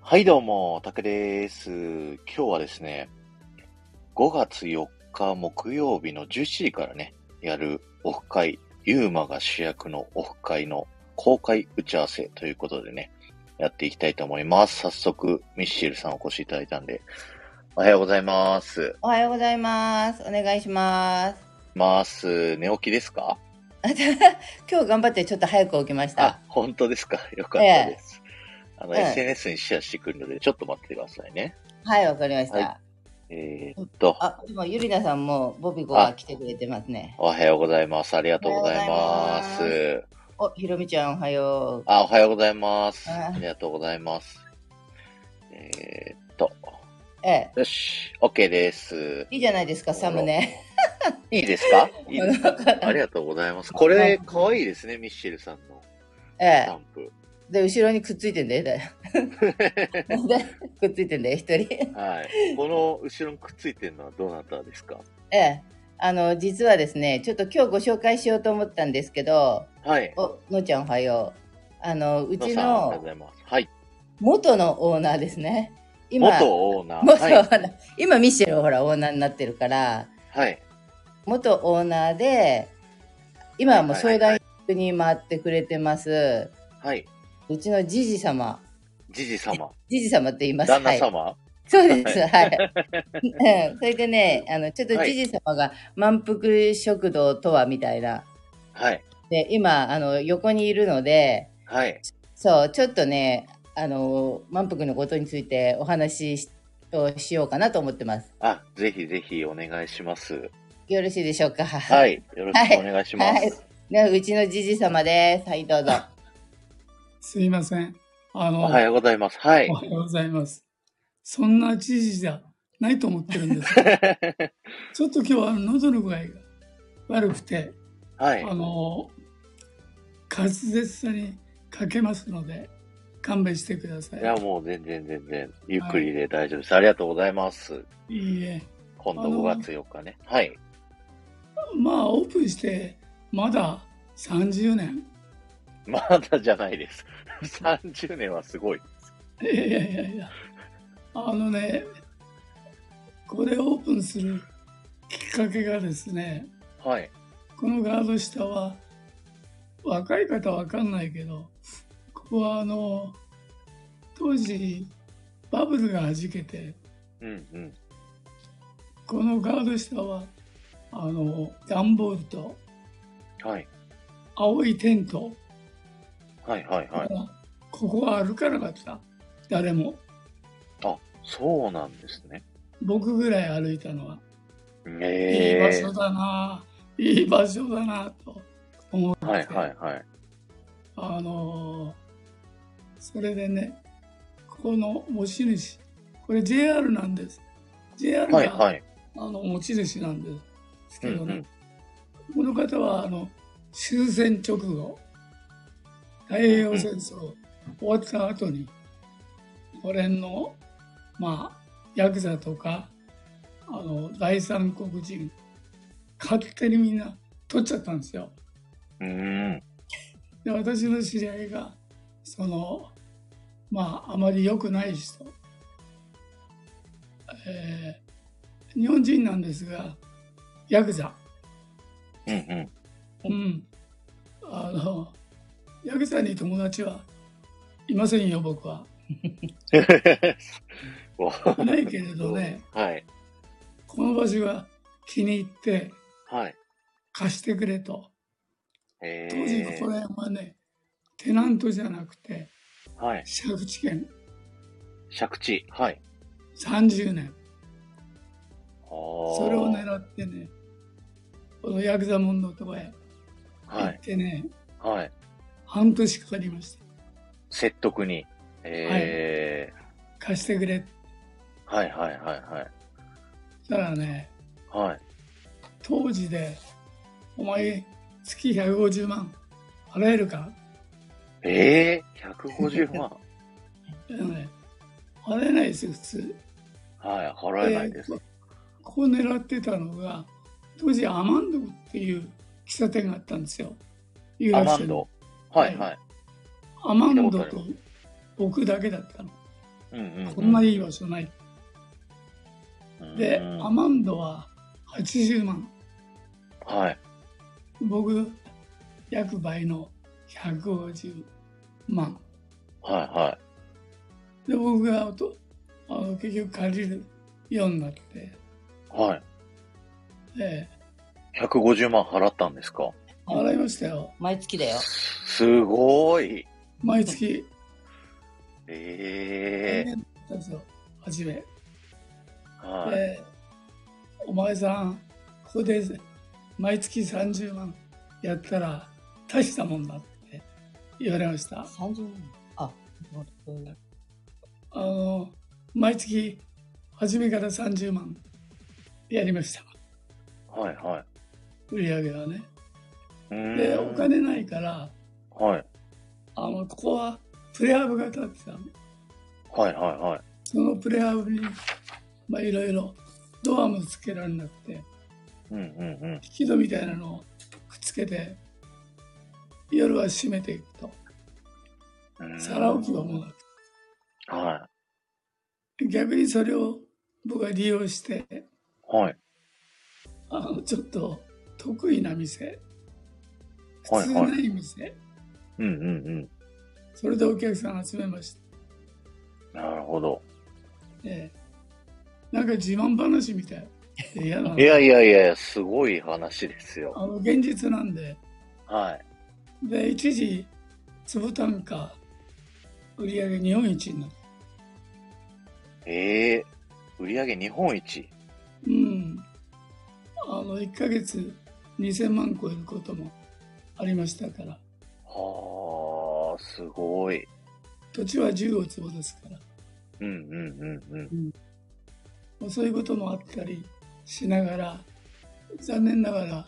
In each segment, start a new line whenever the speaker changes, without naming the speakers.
はい、どうも、たけです。今日はですね、5月4日木曜日の17時からね、やるオフ会、ユーマが主役のオフ会の公開打ち合わせということでね、やっていきたいと思います。早速、ミッシェルさんお越しいただいたんで、おはようございます。
おはようございます。お願いします。
ます。寝起きですか
今日頑張ってちょっと早く起きまし
あ
た。、
本当ですか。よかったです。あの、
ええ
SNS にシェアしてくるので、ちょっと待ってくださいね。
はい、わかりました。
はえーっと、
あ、でもゆりなさんもボビゴが来てくれてますね。
おはようございます。ありがとうございま
おはようご
す。
お、ひろみちゃんおはよ
あ、おはようございます。
あ
ありがとうございます。えーっと、
う。え
よし、OK です。
え、いいじゃないですか、サムネ。
いいですかいいですかありがとうございます。これ
う、ん
かわいいですね、ミッシェルさんの
え
ス
え
タンプ。
で、後ろにくっついてんだよ。でくっついてんだよ、一人。
はい。この後ろにくっついてるのはどなたですか
ええ。あの、実はですね、ちょっと今日ご紹介しようと思ったんですけど、
はい。
お、のちゃんおはよう。あの、う
の
ち
さん、ありがとうご
の
ざいます。はい。
元のオーナーですね。今、
元オーナー。
元
は
オ
い。
ーナー、今ミッシェルはほらオーナーになってるから
はい。
元オーナーで今はもう
はいは
相
いは
談役に回ってくれてます、
はい。
うちのじじ様
じじ様。
じじ様って言います
旦那
はい、
様。
そうですはいうんそれでねあのちょっとじじ様が満腹食堂とはみたいな
はい。
で今あの横にいるので
はい。
そうちょっとねあの満腹のことについてお話しをしようかなと思ってます
あ、ぜひぜひお願いします。
よろしいでしょうか
は。
はい
よろしくお願いします。
はい。ね、うちのじじ様です。はい、どうぞ。
すいません。あの、
おはようございます。はい
お。はようございます。そんな知事じゃないと思ってるん ですけどちょっと今日は喉の具合が悪くて、
はい。
あの、滑舌さに欠けますので、勘弁してくださ
いや、
い。
もう全然全然、ゆっくりで大丈夫です。ありがとうございます。
いいえ。
今度
あの
5月4日ね。はい。
まあ、オープンしてまだ30年。
まだじゃないです。30年はすごい。
いやいやいやいや。あのね、これオープンするきっかけがですね、
はい。
このガード下は若い方は分かんないけどここはあの当時バブルがはじけて
うんうん。
このガード下はあの段ボールと
はい。
青いテント、
はいはいはい。
ここは歩かなかった誰も
あ、そうなんですね。
僕ぐらい歩いたのは、いい場
ええ
所だないい場所だなと思って、
はいはいはい。
あのーそれでね、ここの持ち主、これ JR なんです。JR が、
はいはい。
あの持ち主なんです
う
け
ん
ど
う
ね
ん、。
この方はあの終戦直後、太平洋戦争終わった後に、これの、まあ、ヤクザとか、あの、第三国人、勝手にみんな取っちゃったんですよ。
うーん。
で私の知り合いがそのまああまり良くない人、えー日本人なんですがヤクザ
うんうん。
うんあのヤクザに友達はいませんよ僕はいないけれど ね。
はい。
この場所が気に入って
はい。
貸してくれと
え
当時
え
ここら辺はねテナントじゃなくて
はい。
借地権
借地。はい。
30年
そ
それを狙ってね、このヤクザモンのとこへ行
は
っ
い。
てね、
はい。
半年かかりました。
説得に。え
貸してくれ。
ーはい、はいはいはい
たらね、
はい。はい。
当時で、お前、月150万払えるか、
えー、150万。
だよね、払えないですよ、普通。
はい、払えないです。
でここを狙ってたのが、当時、アマンドっていう喫茶店があったんですよ。有
ア
楽町
マンド。はいはい。
アマンド
聞いたこと
僕だけだったの。
うんうんうん
こんないい場所ない。で、
うん
アマンドは80万。
はい。
僕、約倍の150万。
はいは
で、僕がとあの結局借りるようになって、
い。はい。
え
150万払ったんですか
え払いましたよ。
毎月だよ。
すごい。
毎月、
ええ
だったんですよ初め。
はい。
でお前さん、ここで毎月30万やったら大したもんだって言われました。
30年。あ、
あの、毎月、初めから30万やりました。
はいは
売り上げはね。
い。うーん
で、お金ないから、
はい。
あの、ここはプレハブが立ってたの。
はいはいはい。
そのプレハブに、まあ、いろいろドアもつけられなくて、
うんうんうん。
引き戸みたいなのをくっつけて、夜は閉めていくと、
うーん
皿置き場もなく
は
て、逆にそれを僕は利用して、
い。はい。
あの、ちょっと得意な店、
は
普
い
通
はい
ない店、
うんうんうん。
それでお客さん集めました。
なるほど。
ええなんか自慢話みたい。嫌なの
いやいやいや、すごい話ですよ。
あの現実なんで。
はい。
で、一時、粒単価、売り上げ日本一になる。
ええ売上日本一。
うん。あの、1ヶ月2000万超えることもありましたから。
はあ、すごい。
土地は15坪ですから。
うんうんうんうん。
もうそういうこともあったりしながら、残念ながら、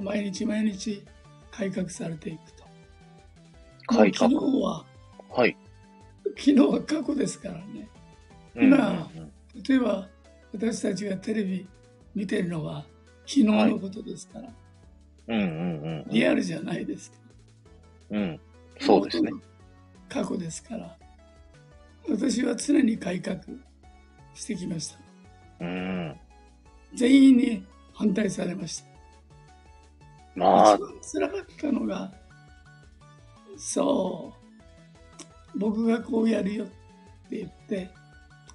毎日毎日改革されていくと。
改革
もう昨日は、
はい。
昨日は過去ですからね。
うんうん
今例えば私たちがテレビ見てるのは昨日のことですから、
うん。うんうんうん。
リアルじゃないですから
うん。そうですね。
過去ですから私は常に改革してきました
うん。
全員に反対されました
まあ
一、番つらかったのがそう僕がこうやるよって言って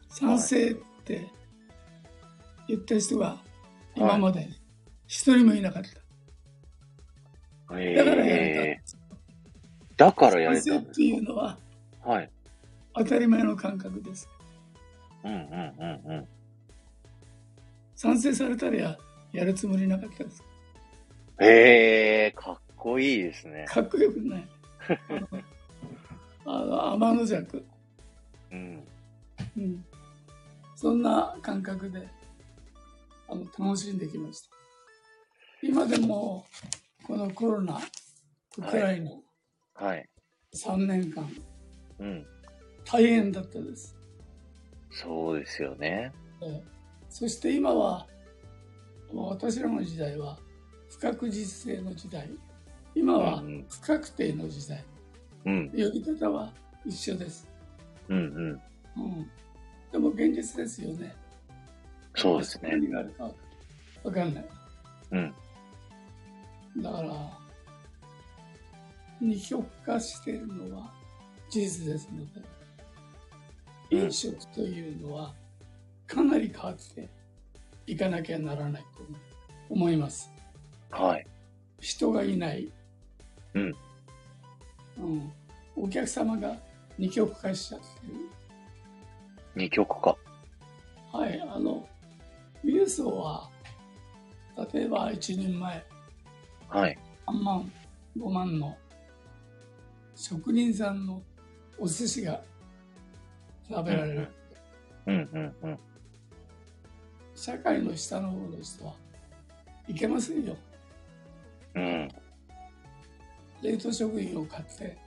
賛成って言った人が今まで一人もいなかった、だからや
ええ
れ
だか
た。
らやれた
賛
ん
成
で
っ
す
ていうのは
かはい。
当たり前の感覚です。
うんうんうんうん。
賛成されたらややるつもりなかったです。
ええかっこいいですね。
かっこよくない。あの、あの天の弱、
うん。
うん。そんな感覚で、あの、楽しんできました。今でも、このコロナ、ウクライナ、
はい。
3年間、
うん。
大変だったです。
そうですよね。
ええそして今はもう私らの時代は不確実性の時代今は
うんうん
不確定の時代
うん。
呼び方は一緒です、
うんうん。
うん、でも現実ですよね
そうですね。
何があるか分かんない
うん。
だから二極化しているのは事実ですので
うん
飲食というのはかなり変わっていかなきゃならないと思います
はい。
人がいない、
うん
うんお客様が二極化しちゃって
二曲か。
るはいあの富裕層は例えば一人前
はい。
3万5万の職人さんのお寿司が食べられる、
うんうんうん。
社会の下の方の人はいけませんよ
うん。
冷凍食品を買って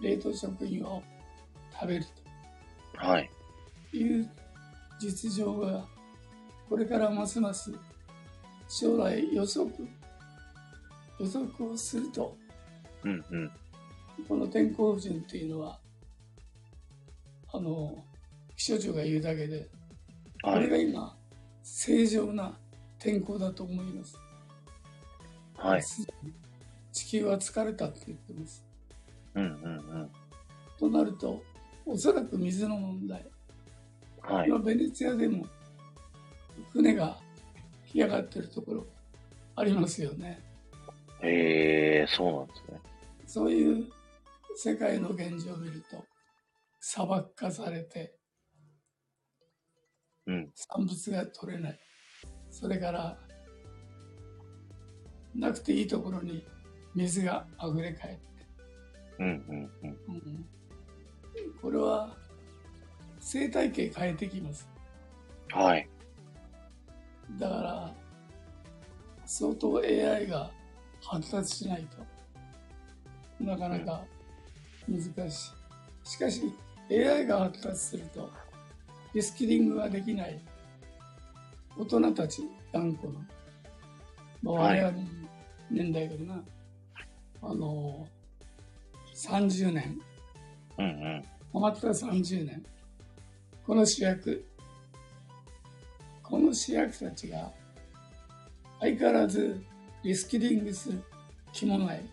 冷凍食品を食べると
はい。
いう実情がこれからますます将来予測予測をすると
うんうん。
この天候不順というのはあの気象庁が言うだけで、こ
は
れ
い。
が今、正常な天候だと思います。
はい。
すでに地球は疲れたって言ってます。
うんうん
となると、おそらく水の問題、
うん。はい。
今、ベネツィアでも船が干上がってるところありますよね。
ええそうなんですね。
そういう世界の現状を見ると、砂漠化されて
うん。
産物が取れない。それから、なくていいところに水が溢れ返る。
うんうんうん。
うんこれは生態系変えてきます。
はい。
だから、相当 AI が発達しないと、なかなか難しい。しかし、AI が発達すると、リスキリングができない大人たち、頑固な。まあ、
はい
我々の年代かな。あの、30年、
うんうん。
ハマった30年。この主役。この主役たちが、相変わらずリスキリングする気もない。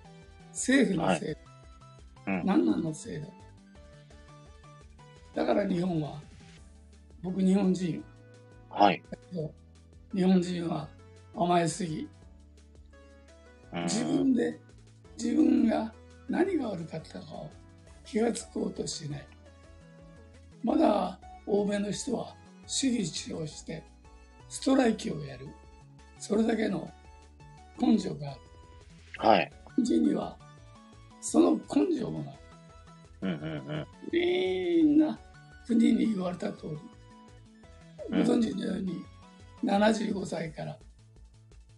政府のせ
は
いだ。
いうん
何なのせいだ。だから日本は、僕日本人よ
はい。
日本人は甘えすぎ。
うん
自分で、自分が何が悪かったかを気がつこうとしない。まだ欧米の人は主義主張してストライキをやる。それだけの根性がある。
はい。
うちにはその根性もない。
うんうんうん。
みんな国に言われた通り、ご
うん
存知のように、75歳から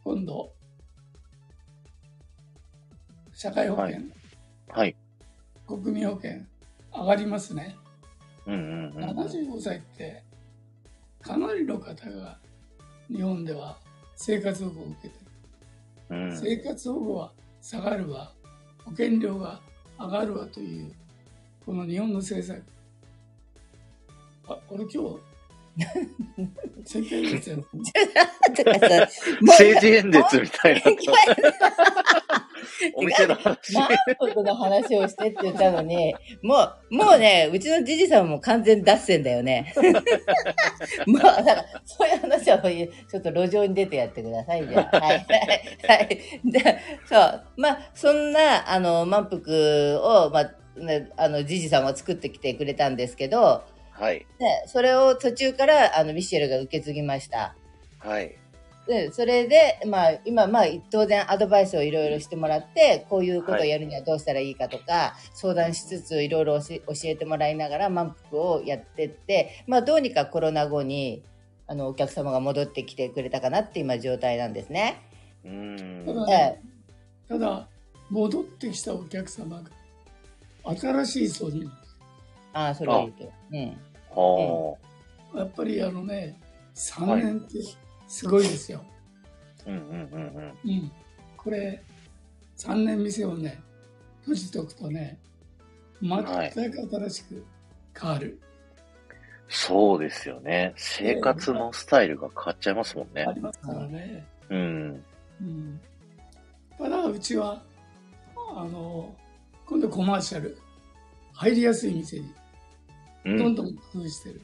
今度、社会保険、
はい。
国民保険上がりますね。
うんうんうん。
75歳って、かなりの方が日本では生活保護を受けてる。
うん
生活保護は下がるわ、保険料が上がるわという、この日本の政策。あ、俺 今日、宣言ですよ。
とかさ、 もう
政治演説みたいな。 お店の話。
マンプクの話をしてって言ったのに、もう、もうね、うちのじじさんも完全脱線だよね。もう、だから、そういう話はもういいちょっと路上に出てやってください、じゃあ。はい。 はい。で、そう。まあ、そんな、あの、満腹を、まあ、ね、あの、じじさんは作ってきてくれたんですけど、
はい。
ね、それを途中から、あの、ミシェルが受け継ぎました。
はい。
でそれで、まあ、今、まあ、当然アドバイスをいろいろしてもらってこういうことをやるにはどうしたらいいかとか、相談しつついろいろ教え教えてもらいながら満腹をやってって、まあ、どうにかコロナ後にあのお客様が戻ってきてくれたかなって今状態なんですね。
うー
た
ん。
え
だ
え、
ただ戻ってきたお客様が新しい層になる
ああそれはいいけど、うん、
は
やっぱりあのね、3年ってすごいですよ。
あ。うんうんうんうん。
うん。これ、3年店をね、閉じとくとね、全
はい
く新しく変わる。
そうですよね。生活のスタイルが変わっちゃいますもんね
あ。りますからね。
うん。
うん。ただ、うちは、あの、今度コマーシャル、入りやすい店に
う
どん
ん。
どん工夫してる。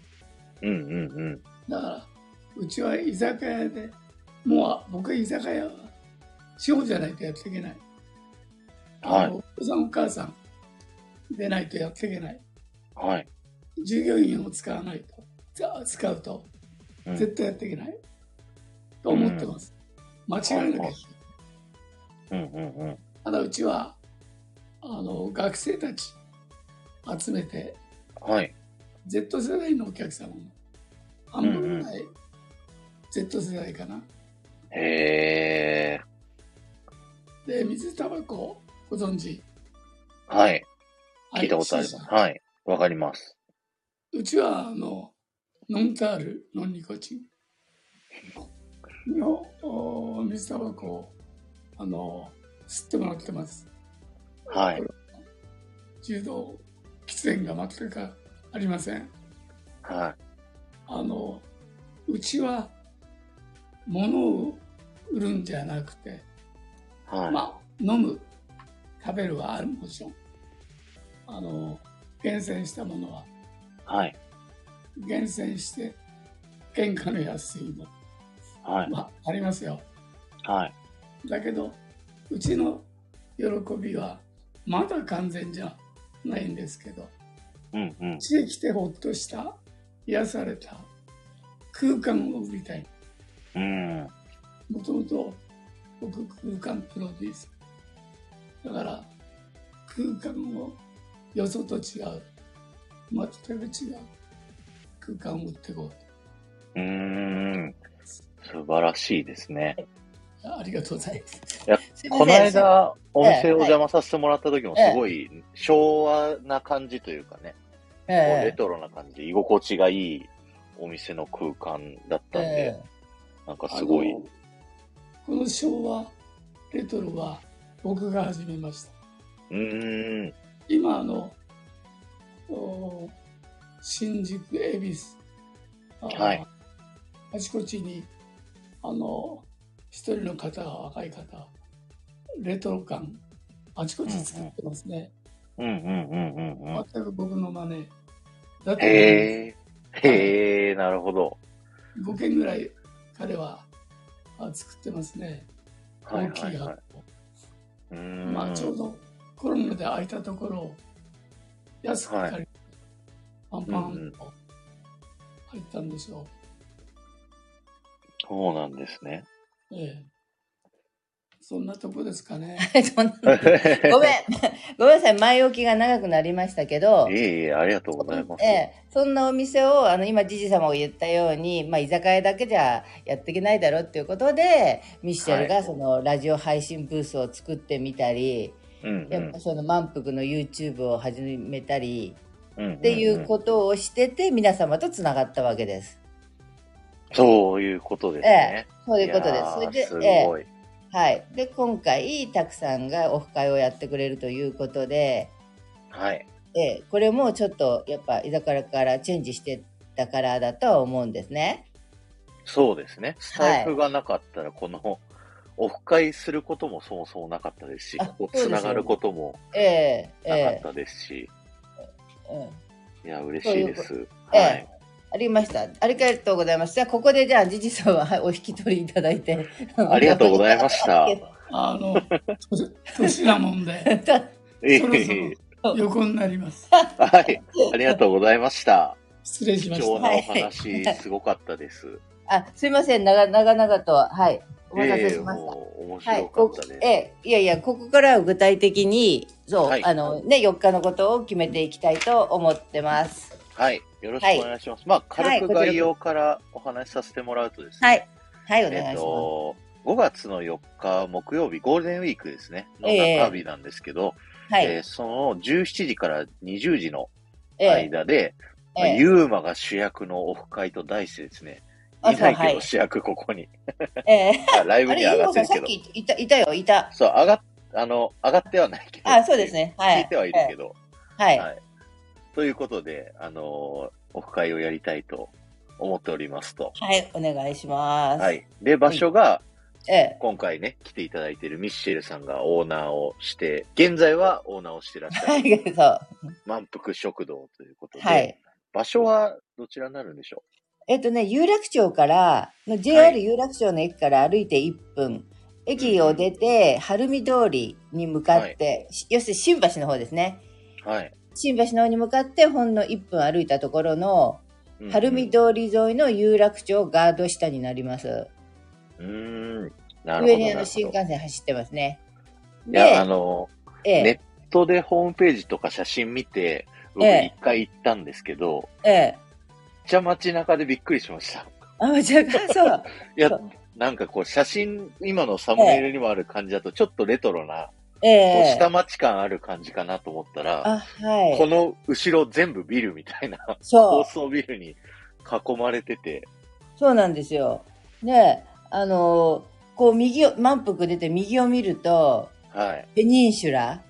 うんうんうん。
だから、うちは居酒屋で、もう僕は居酒屋は、地方じゃないとやっていけない。
はい
あのお父さんお母さんでないとやっていけない。
はい。
従業員を使わないと、じゃあ使うと
うん
絶対やっていけない、と思ってます。間違いな
はいは
く
い。うんうんうん。
ただうちは、あの、学生たち集めて、
はい。
Z 世代のお客様も半分ぐらい Z 世代かな。
へえ。
で、水タバコご存知
はい。聞いたことあります。
はい
はい。わかります。
うちは、あの、ノンタール、ノンニコチンのお水タバコを、あの、吸ってもらってます。
はい。
重度喫煙が全くありません。
は
あの、うちは物を売るんじゃなくて、
い。はい。
まあ、飲む、食べるはあるもちろん。あの、厳選したものは
はい。
厳選して、原価の安いも
は
の、
い。
まあ、ありますよ。
はい。
だけど、うちの喜びは、まだ完全じゃないんですけど、
うんうん。
地へ来てほっとした、癒された空間を売りたい。
うん。
もともと僕空間プロデュース。だから空間をよそと違う。全く違う空間を売っていこう
うーん。素晴らしいですね。
と。ありがとうございます。
すいません
この間、お店
ええ
お邪魔させてもらった時も、すごい昭和な感じというかね、
え
こうレ
え
トロな感じで、居心地がいいお店の空間だったんで、
え
なんかすごい
あ。の。この昭和レトロは僕が始めました。
うーん。
今あの、お新宿、恵比寿、あ
はい
あちこちに、あの、一人の方、若い方、レトロ感、あちこち作ってますね。
うんうんうんうんうん。
全く僕の真似。だって、
へえ。へえ、なるほど。
5件ぐらい彼はあ作ってますね。
はい
大き
はい
い箱。
はい。うーん。
まあ、ちょうどコロナで空いたところを安く借りて、パンパンと入ったんでしょう。
そうなんですね。
ええ、そんなとこですかね。
え そんなごめん、 ごめんなさい、前置きが長くなりましたけど、
いえいえ、ありがとうございます。
ええ、そんなお店をあの今じじ様が言ったように、まあ、居酒屋だけじゃやっていけないだろうっていうことでミシェル
は
が
い
そのラジオ配信ブースを作ってみたり、
うんう
やっ
ん
ぱその満腹の YouTube を始めたり
うんうん。っ
っていうことをしてて皆様とつながったわけです。
そういうことですね。
そう
と
いうことです。それですえ
ごい。
えはい、で今回たくさんがオフ会をやってくれるということで。
はい。
ええこれもちょっとやっぱ居酒屋からチェンジしてたからだとは思うんですね。
そうですね。スタイフがなかったら、この、オフ会することもそもそもなかったですし、
あ
ここ
そうです
つ
よ
な
ね
がることも
えええ
なかっ
え
たですし、
うん
いや、嬉しいで
そ
す。
ええ
はい。
ありました。ありがとうございます。じゃあ、ここでじゃあ、じじさんははいお引き取りいただいて。
ありがとうございま した。い
あの、年年なもん で、
た。
えい
そろそ
えい
ろ横になります。
えはい。ありがとうございま した。
失礼しま
貴
し
重
た。
な
はい
お話、すごかったです。
あ、すいません、長長々と、はい、お待たせしました。
もう面
はい
白、かっ
こ
たです。
ええいやいや、ここからは具体的に、そう、
はい
あのね、4日のことを決めていきたいと思ってます。
はい。よろしくお願いします。まあ、軽く概要からお話しさせてもらうとですね。
はい、はい、お願いしま
えっ
す。
と、5月の4日木曜日、ゴールデンウィークですね、の
ええ
中日なんですけど、
はい、
えーその17時から20時の
ええ
間で、
え
まあ
え
ユーマが主役のオフ会と題してですね、
あ
いない
そうは
けど
い
主役ここに、
ええ
あライブ
あ
に
れ、
は上
ユ
が
ー
って
さ
るけ
っ
ど、
きいた、いたよ、いた。
そう、上がっ、あの、上がってはないけど、
あ、そうですね。はい。
聞いてはいるけど、
はい。
はいということで、あのーオフ会をやりたいと思っておりますと。
はい、お願いします。
はい。で、場所が、
ええ。
今回ね、来ていただいているミッシェルさんがオーナーをして、現在はオーナーをしてらっしゃ
は
る
い、そう。
満腹食堂ということで、
はい。
場所はどちらになるんでしょ
えっとね、有楽町から、の JR 有楽町の駅から歩いて1分、駅を出て、晴海通りに向かって、し要するに新橋の方ですね。
うはい。
新橋の方に向かって、ほんの1分歩いたところの、
うん
晴海通り沿いの有楽町ガード下になります。
うーん。なる
上
ほど
に
な
あ
る
の
ほど。
新幹線走ってますね。
いや、あ
で、
の、
え
ネ
え、
ットでホームページとか写真見て、僕
え
一回行ったんですけど、
ええ。
めっちゃ街中でびっくりしました。
あ、じゃ あ、そう。
いや
そう、
なんかこう写真、今のサムネイルにもある感じだと、ちょっとレトロな、
え
こう
え。
下町感ある感じかなと思ったら、
あ、は
こ
い。
の後ろ全部ビルみたいな、
そ
高。
う
層ビルに囲まれてて、
そうなんですよ。ねあのこう右を、満腹出て右を見ると、
はい。
ペニンシュラ、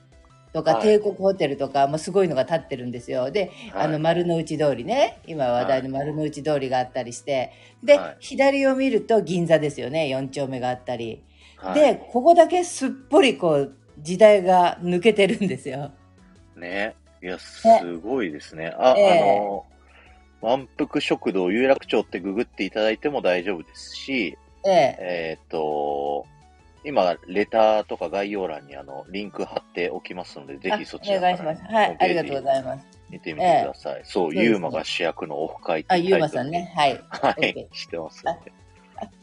とか、
はい
帝国ホテルとか、もうすごいのが建ってるんですよ。で、あの丸の内通りね今話題の丸の内通りがあったりして、で、
はい
左を見ると銀座ですよね4丁目があったり、
はい
でここだけすっぽりこう時代が抜けてるんですよ。
ね。いや、すごいですね。あ、
ええ
あの、満腹食堂有楽町ってググっていただいても大丈夫ですし、
ええ、
えっ、と、今、レターとか概要欄にあの、リンク貼っておきますので、ぜ
あ
ひそちら
お
か
願いしま
ら
す。はい、ありがとうござい
す。
ます。
見てみてください。そう、
そうですね
ユーマが主役のオフ会って
あ、
いう
ゆう
タ
ま
イト
さ
ル
ん
で
ね、はい。
はい、してますんで。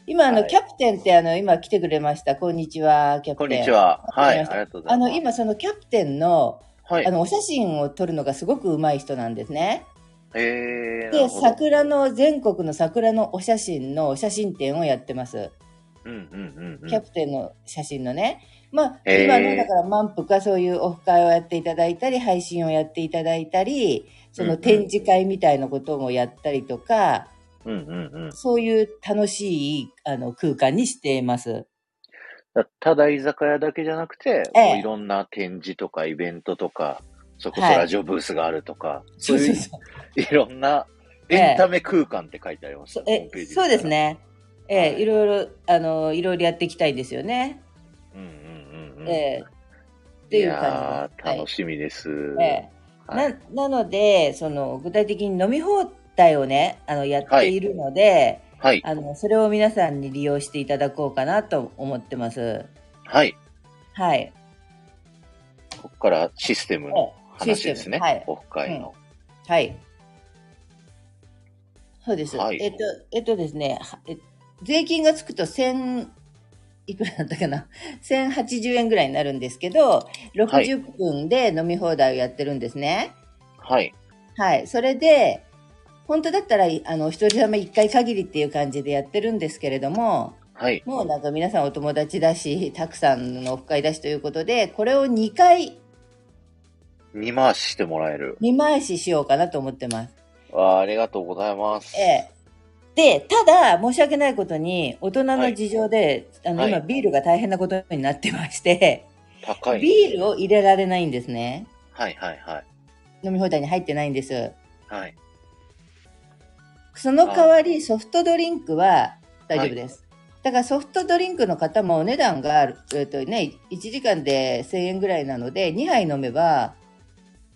今あの、
はい
キャプテンってあの今来てくれました。こんにちは、キャプテ
こ
ン。
んにち。は。はい、あり
わかりました
がとうござ
あ
いま
の
す。
今そのキャプテンの
はい、
あのお写真を撮るのがすごく上手い人なんですね。
えー、な
で
るほど。
桜の全国の桜のお写真のお写真展をやってます、
うんうんうんうん。
キャプテンの写真のねまあ、
へー
今のだから満腹はそういうオフ会をやっていただいたり配信をやっていただいたりそ
うんう
の
ん
展示会みたいなこともやったりとか、
うんうんうん。
そういう楽しいあの空間にしています
だただ居酒屋だけじゃなくて、
ええ
もういろんな展示とかイベントとか、それこそ
はい
ラジオブースがあるとか、そ
そうう
い
そううそう
いろんな
ええ
エンタメ空間って書いてあります、ホームペ
え
ージ見た
そ
ら
うです。ねええ
はい
いろいろあのいろいろやっていきたいですよね、
うんうんうんうん。
ええっていう
いやー
感じですはい
楽しみです。
ええ
はい
ななのでその具体的に飲み放題をねあのやっているので、
はい。
あのそれを皆さんに利用していただこうかなと思ってます。
はい。
はい、
ここからシステムの話ですね。
はい
オフ会の。
はい、そうです、
はい
えっとえっとですねはえ税金がつくと1000いくらだったかな1080円ぐらいになるんですけど60分で飲み放題をやってるんですね。
はい。
はい、それで、本当だったら、あの、お一人様一回限りっていう感じでやってるんですけれども、
はい。
もうなんか皆さんお友達だし、たくさんのオフ会だしということで、これを2回、
二回ししてもらえる。
2回ししようかなと思ってます。
わあありがとうございます。
ええ。で、ただ、申し訳ないことに、大人の事情で、あの、
はい
今ビールが大変なことになってまして、
高い。
ビールを入れられないんですね。
はいはいはい。
飲み放題に入ってないんです。
はい。
その代わりソフトドリンクは大丈夫です。だからソフトドリンクの方もお値段がある、えっとね、1時間で1000円ぐらいなので2杯飲めば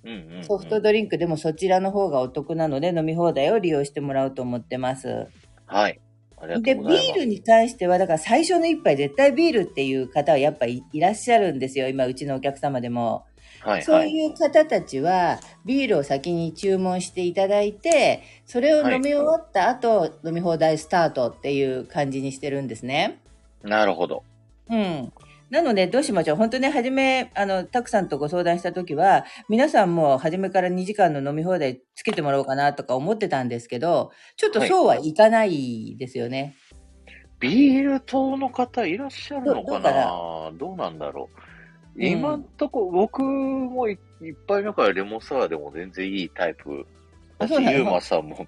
うんうん、うん。
ソフトドリンクでもそちらの方がお得なので飲み放題を利用してもらおうと思ってます。
はい。ありがと
で
う
ビ
ございます。
ールに関してはだから最初の1杯絶対ビールっていう方はやっぱいいらっしゃるんですよ今うちのお客様でも。
はい
そ
は
う
い。
いう方たちはビールを先に注文していただいてそれを飲み終わった後、飲み放題スタートっていう感じにしてるんですね。
なるほど。
うんなので、どうしましょう。本当ね、初め、あの、たくさんとご相談した時は、皆さんも初めから2時間の飲み放題つけてもらおうかなとか思ってたんですけど、ちょっとそうはいかないですよね。
ビール党の方いらっしゃるのかなどうなんだろう。
うん
今んとこ、僕もい一杯目からレモンサワーでも全然いいタイプだ
あ
し、
そうなの
ユーマさんも、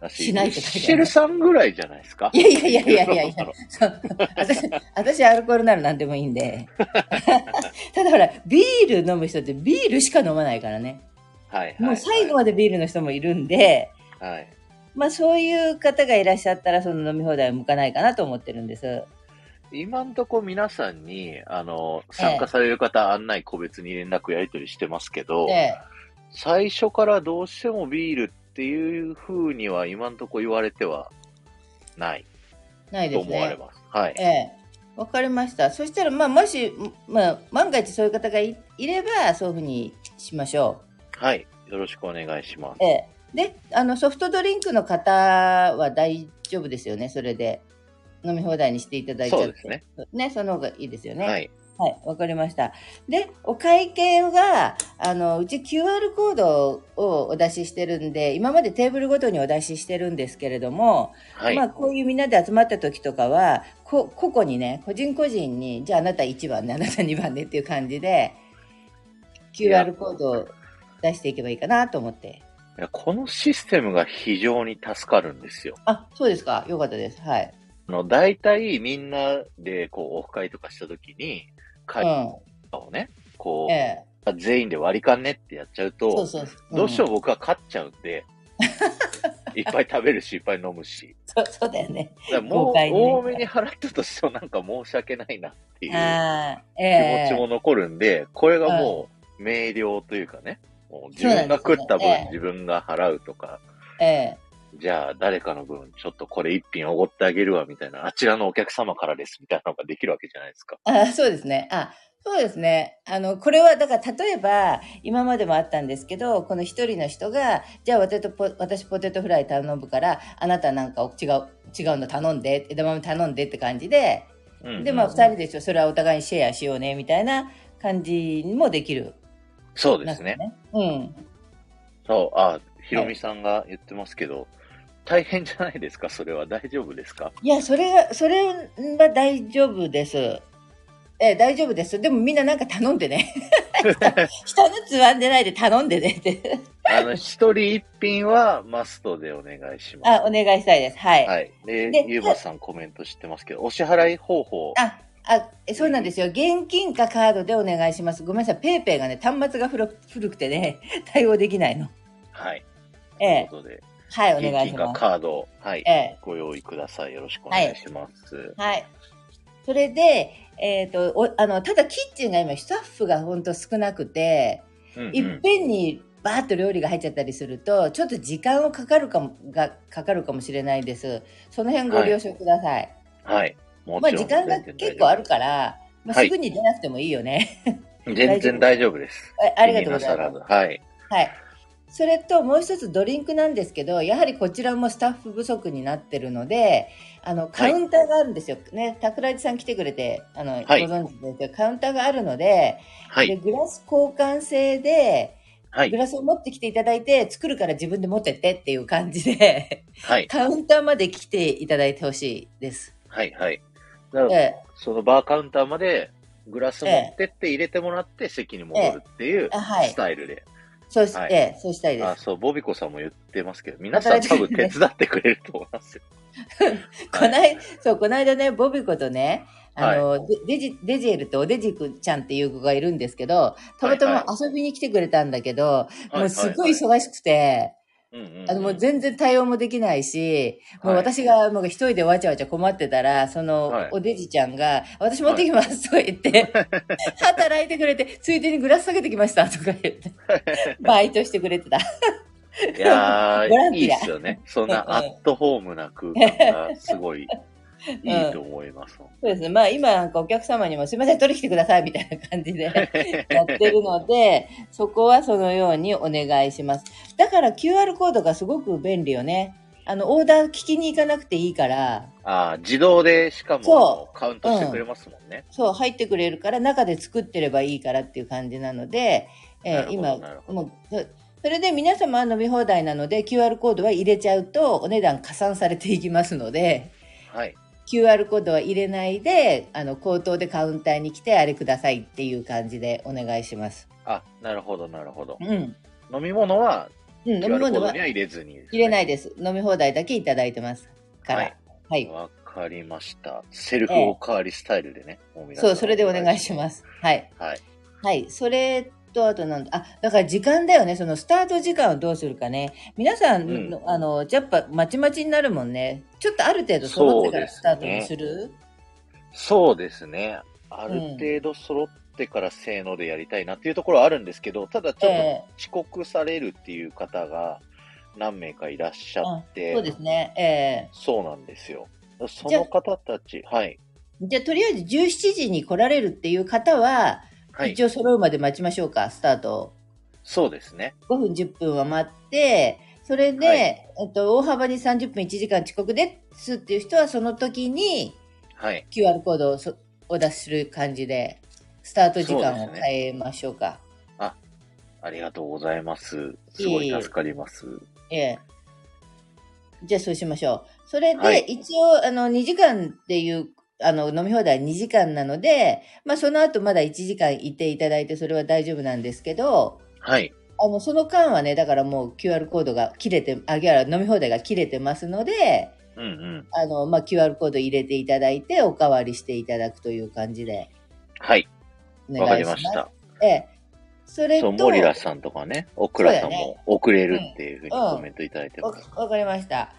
だ
しないって書いてある
シェルさんぐらいじゃないですか。
いやいやいやいやいやい
どうな
や
の、
そう私、私アルコールなら何でもいいんで。 ただほら、ビール飲む人ってビールしか飲まないからね。
はいはい、はい。
もう最後までビールの人もいるんで、
はい。
まあそういう方がいらっしゃったら、その飲み放題は向かないかなと思ってるんです。
今んとこ皆さんに、あの、参加される方、案内個別に連絡やり取りしてますけど、
で、
最初からどうしてもビールっていう風には今んとこ言われてはない
ない
と
です
思われ
ね。
ます。はい。
ええ。わかりました。そしたら、まあもし、まあ万が一そういう方がいいれば、そういうふうにしましょう。
はい。よろしくお願いします。
ええ、であのソフトドリンクの方は大丈夫ですよねそれで飲み放題にしていただいちゃって
そうですね
ねその方がいいですよね
はい。
はいわ、かりましたでお会計があのうち QR コードをお出ししてるんで今までテーブルごとにお出ししてるんですけれども、
はい。
まあこういうみんなで集まった時とかはこ個々にね個人個人にじゃああなた1番ねあなた2番ねっていう感じで
や
QR コードを出していけばいいかなと思って。
いやこのシステムが非常に助かるんですよ。
あ、そうですか。よかったです。はい。
あの、大体みんなでこう、オフ会とかした時に、会
う
をね、こ
ん。
う、
ええ。
あ全員で割り勘ねってやっちゃうと、
そうそうそう。
どうしても僕は勝っちゃうん で、いっぱい食べるし、いっぱい飲むし。
そうそうだよね。
だからも
豪
う、
快にね
多めに払ったとしてもなんか申し訳ないなっていう
ああ、
気持
え
ち
え
も残るんで、これがもう明瞭というかね、もう自分が食った
そうなんですよね
分
ええ
自分が払うとか、
ええ
じゃあ誰かの分ちょっとこれ一品おごってあげるわみたいな、あちらのお客様からですみたいなのができるわけじゃないですか。
あそうですね。あそうですね。あの、これは、だから、例えば、今までもあったんですけど、この一人の人が、じゃあ私ポ、私ポテトフライ頼むから、あなたなんか違う、違うの頼んで、枝豆頼んでって感じで、
うん
で、まあ、
うん
二人でしょ、それはお互いにシェアしようね、みたいな感じもできる。
そうですね。
なんかね。
そう、あ、ひろみさんが言ってますけど、大変じゃないですかそれは大丈夫ですか
うん。いや、それが、それは大丈夫です。ええ、大丈夫です。でもみんななんか頼んで ね。人のつまんでないで頼んでねって。
あの、一人一品はマストでお願いします。
あ、お願いしたいです。はい。
はい。で
で、
ゆうばさんコメント知ってますけど、お支払い方法。
あ、あ、えそうなんですよ。現金かカードでお願いします。ごめんなさい。ペイペイがね、端末が古く古くてね、 対応できないの。
はい。
ええ
ということで、
はい、お
現
願いし
金か
ます。
カード、はい、
ええ
ご用意ください。よろしくお願いします。
はい。それで、えっ、と、おあの、ただキッチンが今、スタッフがほんと少なくて、
うんうん
いっぺんにバーッと料理が入っちゃったりすると、ちょっと時間をかかるかも、が、かかるかもしれないです。その辺ご了承ください。
はい。も
まあ、
ちろ
時
ん
間が結構あるから、まあ、
はい
すぐに出なくてもいいよね。
全然大丈夫です。
えありがとうござい
気にな
ま
さ
す
ら。ずはい。
はい。それともう一つドリンクなんですけど、やはりこちらもスタッフ不足になってるので、あの、カウンターがあるんですよ。ね、桜井さん来てくれて、あの、
はい
ご存知ですけど、カウンターがあるので、
は
で、
い。
グラス交換制で、
は
グ
い。
ラスを持ってきていただいて、作るから自分で持ってってっていう感じで、
はい。
カウンターまで来ていただいてほしいです。
はい。はい。だから
ええ
そのバーカウンターまでグラス持ってって入れてもらって席に戻るっていう
あはい
スタイルで。
そうし、
はい
ええそうしたいで
あ、
す。
そう、ボビコさんも言ってますけど、皆さん多分手伝ってくれると思いますよ。
こない、そう、この間ね、ボビコとね、あの、デデジ、デジエルとおデジ君ちゃんっていう子がいるんですけど、たまた
はい
ま遊びに来てくれたんだけど、 もうすごい
は
忙しくて、
いはいはい、
あの、もう全然対応もできないし、もう
はい
私がもう一人でわちゃわちゃ困ってたら、その
はい、
おデジちゃんが、私持ってきますとか言 って、働いてくれて、ついでにグラス下げてきましたとか 言って、バイトしてくれてた。
いや
ボラ
ー、
ンテ
い
ィア
いですよね。そんな
うん
アットホームな空間がすご いいいと思います。
そうですね。まあ今なんかお客様にもすいません、取り来てくださいみたいな感じ でやってるので、そこはそのようにお願いします。だから QR コードがすごく便利よね。あの、オーダー聞きに行かなくていいから、
あー自動でしかも
そ
カウントしてくれますもんね。
そう、入ってくれるから、中で作ってればいいからっていう感じなので、
な
え
る
ー
ほど
今
なる、ほど
もう、そそれで皆様は飲み放題なので、QR コードは入れちゃうと、お値段加算されていきますので、
はい。
QR コードは入れないで、あの、口頭でカウンターに来て、あれくださいっていう感じでお願いします。
あ、なるほど、なるほど
う。ん。
飲み物は、
うん、飲み
QR コー
物
ド
は
には入れずにですね、
入れないです。飲み放題だけいただいてますから。
はい
はい。
わかりました。セルフおかわりスタイルでね。も皆さん。
そう、それでお願いしますす。はい。
はい。
はい。それと、あとなんだ、あ、だから時間だよね。そのスタート時間をどうするかね。皆さん、
うん
あの、やっぱ、まちまちになるもんね。ちょっとある程度揃ってからスタートにする
そうですね。ある程度揃ってからせーのでやりたいなっていうところはあるんですけど、ただちょっと
え
遅刻されるっていう方が何名かいらっしゃって、
えそうですね。ええ
そうなんですよ。そ
じゃ
の方たち、はい。
じゃあ、とりあえず17時に来られるっていう方は、
はい
一。応揃うまで待ちましょうか、スタートを。
そうですね。
5分10分は待って、それで、
はい
えっと、大幅に30分1時間遅刻ですっていう人は、その時に
はい。
QR コードをそお出しする感じで、スタート時間
そう
を
ですね
変えましょうか。
ありがとうございます。すごい
いえいえ
助かります。
ええ。じゃあそうしましょう。それで、
はい
一応、あの、2時間っていう、あの、飲み放題2時間なので、まあ、その後まだ1時間いていただいて、それは大丈夫なんですけど、
はい。
あの、その間はね、だからもう QR コードが切れて、あ、いや飲み放題が切れてますので、
うんうん。
あの、まあ、QR コード入れていただいて、おかわりしていただくという感じで
はい。
お
わか
願い
り
し
ま
ます。
した。
ええ。それ
そ
と、
う、モリラさんとかね、オクラさんも遅れるっていうふうに
うんうん
コメントいただいて
わ
ます。
わかりました。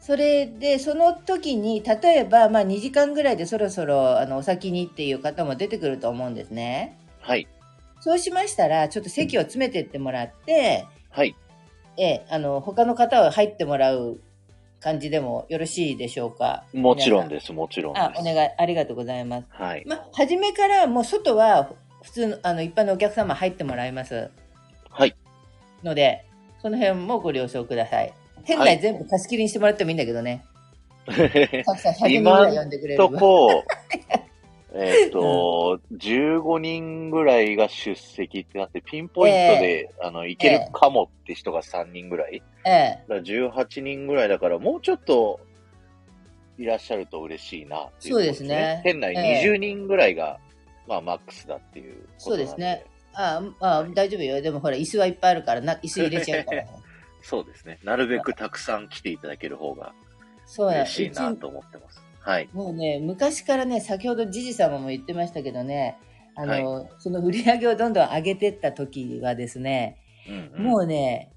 それで、その時に、例えば、まあ、2時間ぐらいでそろそろ、あの、お先にっていう方も出てくると思うんですね。
はい。
そうしましたら、ちょっと席を詰めてってもらって、
はい。
ええ、あの、他の方は入ってもらう感じでもよろしいでしょうか。
もちろん
す。
です、もちろんで
あ、お
す。
願い、ありがとうございます。
はい。
まあ、初めからもう外は普通の、あの、一般のお客様入ってもらいます
はい。
ので、その辺もご了承ください。店
は
内
い
全部貸し切りにしてもらってもいいんだけどね。たくさん100人ぐ
今
らい呼んでくれれば
と こ、えっと、15人ぐらいが出席ってなって、ピンポイントで、あの、いけるかもって人が3人ぐらい。
ええ。
だから18人ぐらいだから、もうちょっといらっしゃると嬉しいなっていう、
そうですね
店内
ええ
20人ぐらいが、まあ、マックスだっていうことなんで。
そうですね。ああああ、大丈夫よ。でもほら、椅子はいっぱいあるから、な椅子入れちゃ うから。
そうですね。なるべくたくさん来ていただける方が
そうなん
嬉しいうな
ち
と思ってます。はい。
もうね、昔からね、先ほどじじ様も言ってましたけどね、あの、その売り上げをどんどん上げてった時はですね、
うんうん
もうね、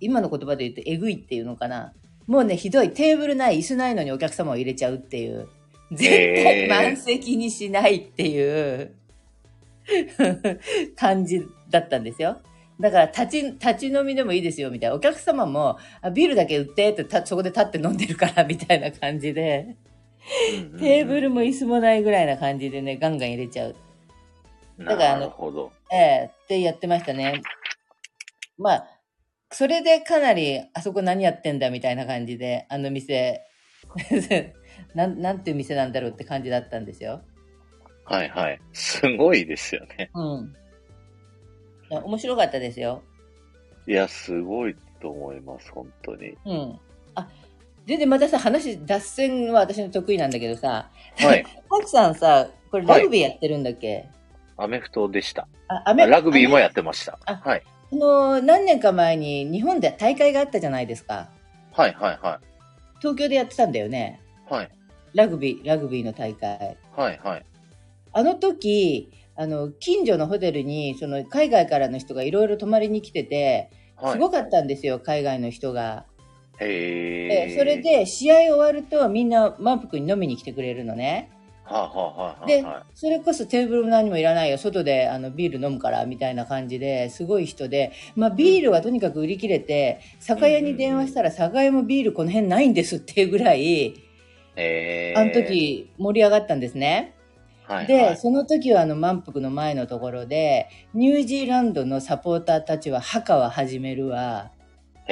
今の言葉で言うと、えぐいっていうのかな。もうね、ひどい。テーブルない、椅子ないのにお客様を入れちゃうっていう。絶対満席にしないっていう、 感じだったんですよ。だから立ち、立ち飲みでもいいですよ、みたいな。お客様も、あビールだけ売ってってた、そこで立って飲んでるから、みたいな感じで。
うんうんうん
テーブルも椅子もないぐらいな感じでね、ガンガン入れちゃう。だからあ
な
の
るほど。
ええってやってましたね。まあ、それでかなり、あそこ何やってんだみたいな感じで、あの店、 なん、なんていう店なんだろうって感じだったんですよ。
はいはい。すごいですよね。
うん。いや面白かったですよ。
いや、すごいと思います、本当に。
うん。あ、全然またさ、話、脱線は私の得意なんだけどさ、
はい。
パクさんさ、これ
はい
ラグビーやってるんだっけ、
アメフトでした。
あ、ア
ラグビーもや
っ
ってました。
あ
はい。
あの、何年か前に日本で大会があったじゃないですか。
はいはいは
東京でやってたんだよね。
い。はい。
ラグビー、ラグビーの大会。
はいはい。
あの時、あの、近所のホテルに、その、海外からの人がいろいろ泊まりに来てて、
はい。
すごかったんですよ、海外の人が。
へ
で
え。
それ、で、試合終わると、みんな満腹に飲みに来てくれるのね。
はあ、はあはあはあ、
で
は、
それこそテーブルも何もいらないよ。外であのビール飲むから、みたいな感じで、すごい人で。まあ、ビールはとにかく売り切れて、酒屋に電話したら、酒屋もビールこの辺ないんですっていうぐらい、
えー、
あの、時盛り上がったんですね。
はいはい、
で、その時はあの満腹の前のところでニュージーランドのサポーターたちは墓は始めるわ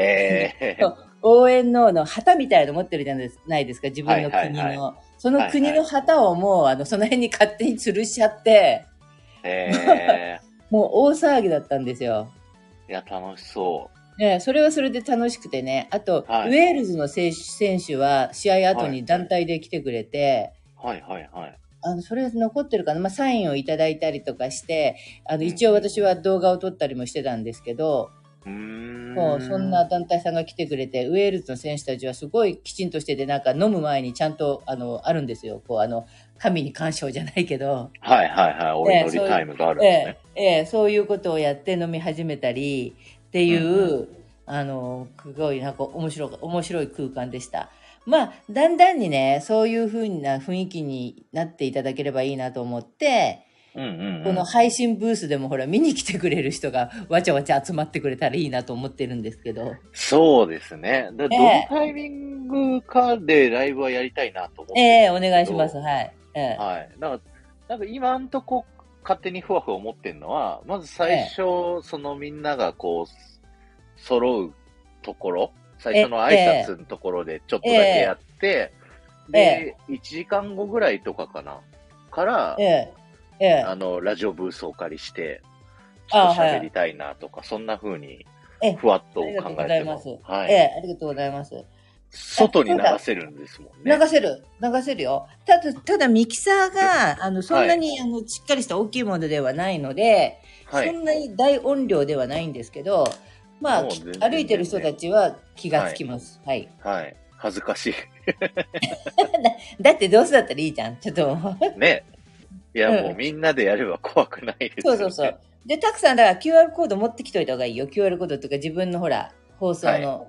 へ
そう応援のの旗みたいの持ってるじゃないですか自分の国の、
はいはい
その国の旗をもう、あのその辺に勝手に吊るしちゃって
え。へ え。
もう大騒ぎだったんですよ。
いや、楽しそ
ね、それはそれで楽しくてねあと、
はい
ウェールズの選手選手は試合後に団体で来てくれて。
う。はいはいはい。
あの、それ残ってるかな、まあ、サインをいただいたりとかして、あの、一応私は動画を撮ったりもしてたんですけど、
うーん。
もうそんな。団体さんが来てくれて、ウェールズの選手たちはすごいきちんとしてて、なんか飲む前にちゃんと、あの、あるんですよ。こう、あの、神に感謝じゃないけど、
はいはいはい。お
ね
祈
そうい
り
う
タイムがあるん
え
ですね。
え、ええ、そういうことをやって飲み始めたりっていう、あの、すごいなんか面白か、面白い空間でした。まあ、だんだんにね、そういうふうな雰囲気になっていただければいいなと思って、
うんうん、うん。
この配信ブースでもほら見に来てくれる人がわちゃわちゃ集まってくれたらいいなと思ってるんですけど。
そうですね。だどの
ええ
タイミングかでライブはやりたいなと思って。
ええお願いします。はい。ええ
はい。なんか、なんか今んとこ勝手にふわふわ思ってるのは、まず最初、そのみんながこう、揃うところ、最初の挨拶のところでちょっとだけやって、
え
で、1時間後ぐらいとかかな、から、
ええええ
あの、ラジオブースをお借りして、ちょ
あ
っと喋りたいなとか、そんな風に
ええ、
ふわっと
あ
考
りがとうご
え
ざ
て
いま。
ますす。は
え
い。
えありがとうございます。
外に流せるんですもんね。
流せる。流せるよ。ただ、ただミキサーが、あの、そんなに、あの、しっかりした大きいものではないので、
は
そ
い。
んなに大音量ではないんですけど、まあ、
もう
き
全然
歩いてる人たちは気がつきます。はい。
はい。恥ずかしい。
だってどうせだっ たらいいじゃん。ちょっと。
ね。いや、
うん
もうみんなでやれば怖くないです
そ
よ
う
ね
そうそう。で、たくさん、だから QR コード持ってきといた方がいいよ。QR コードとか自分のほら、放送の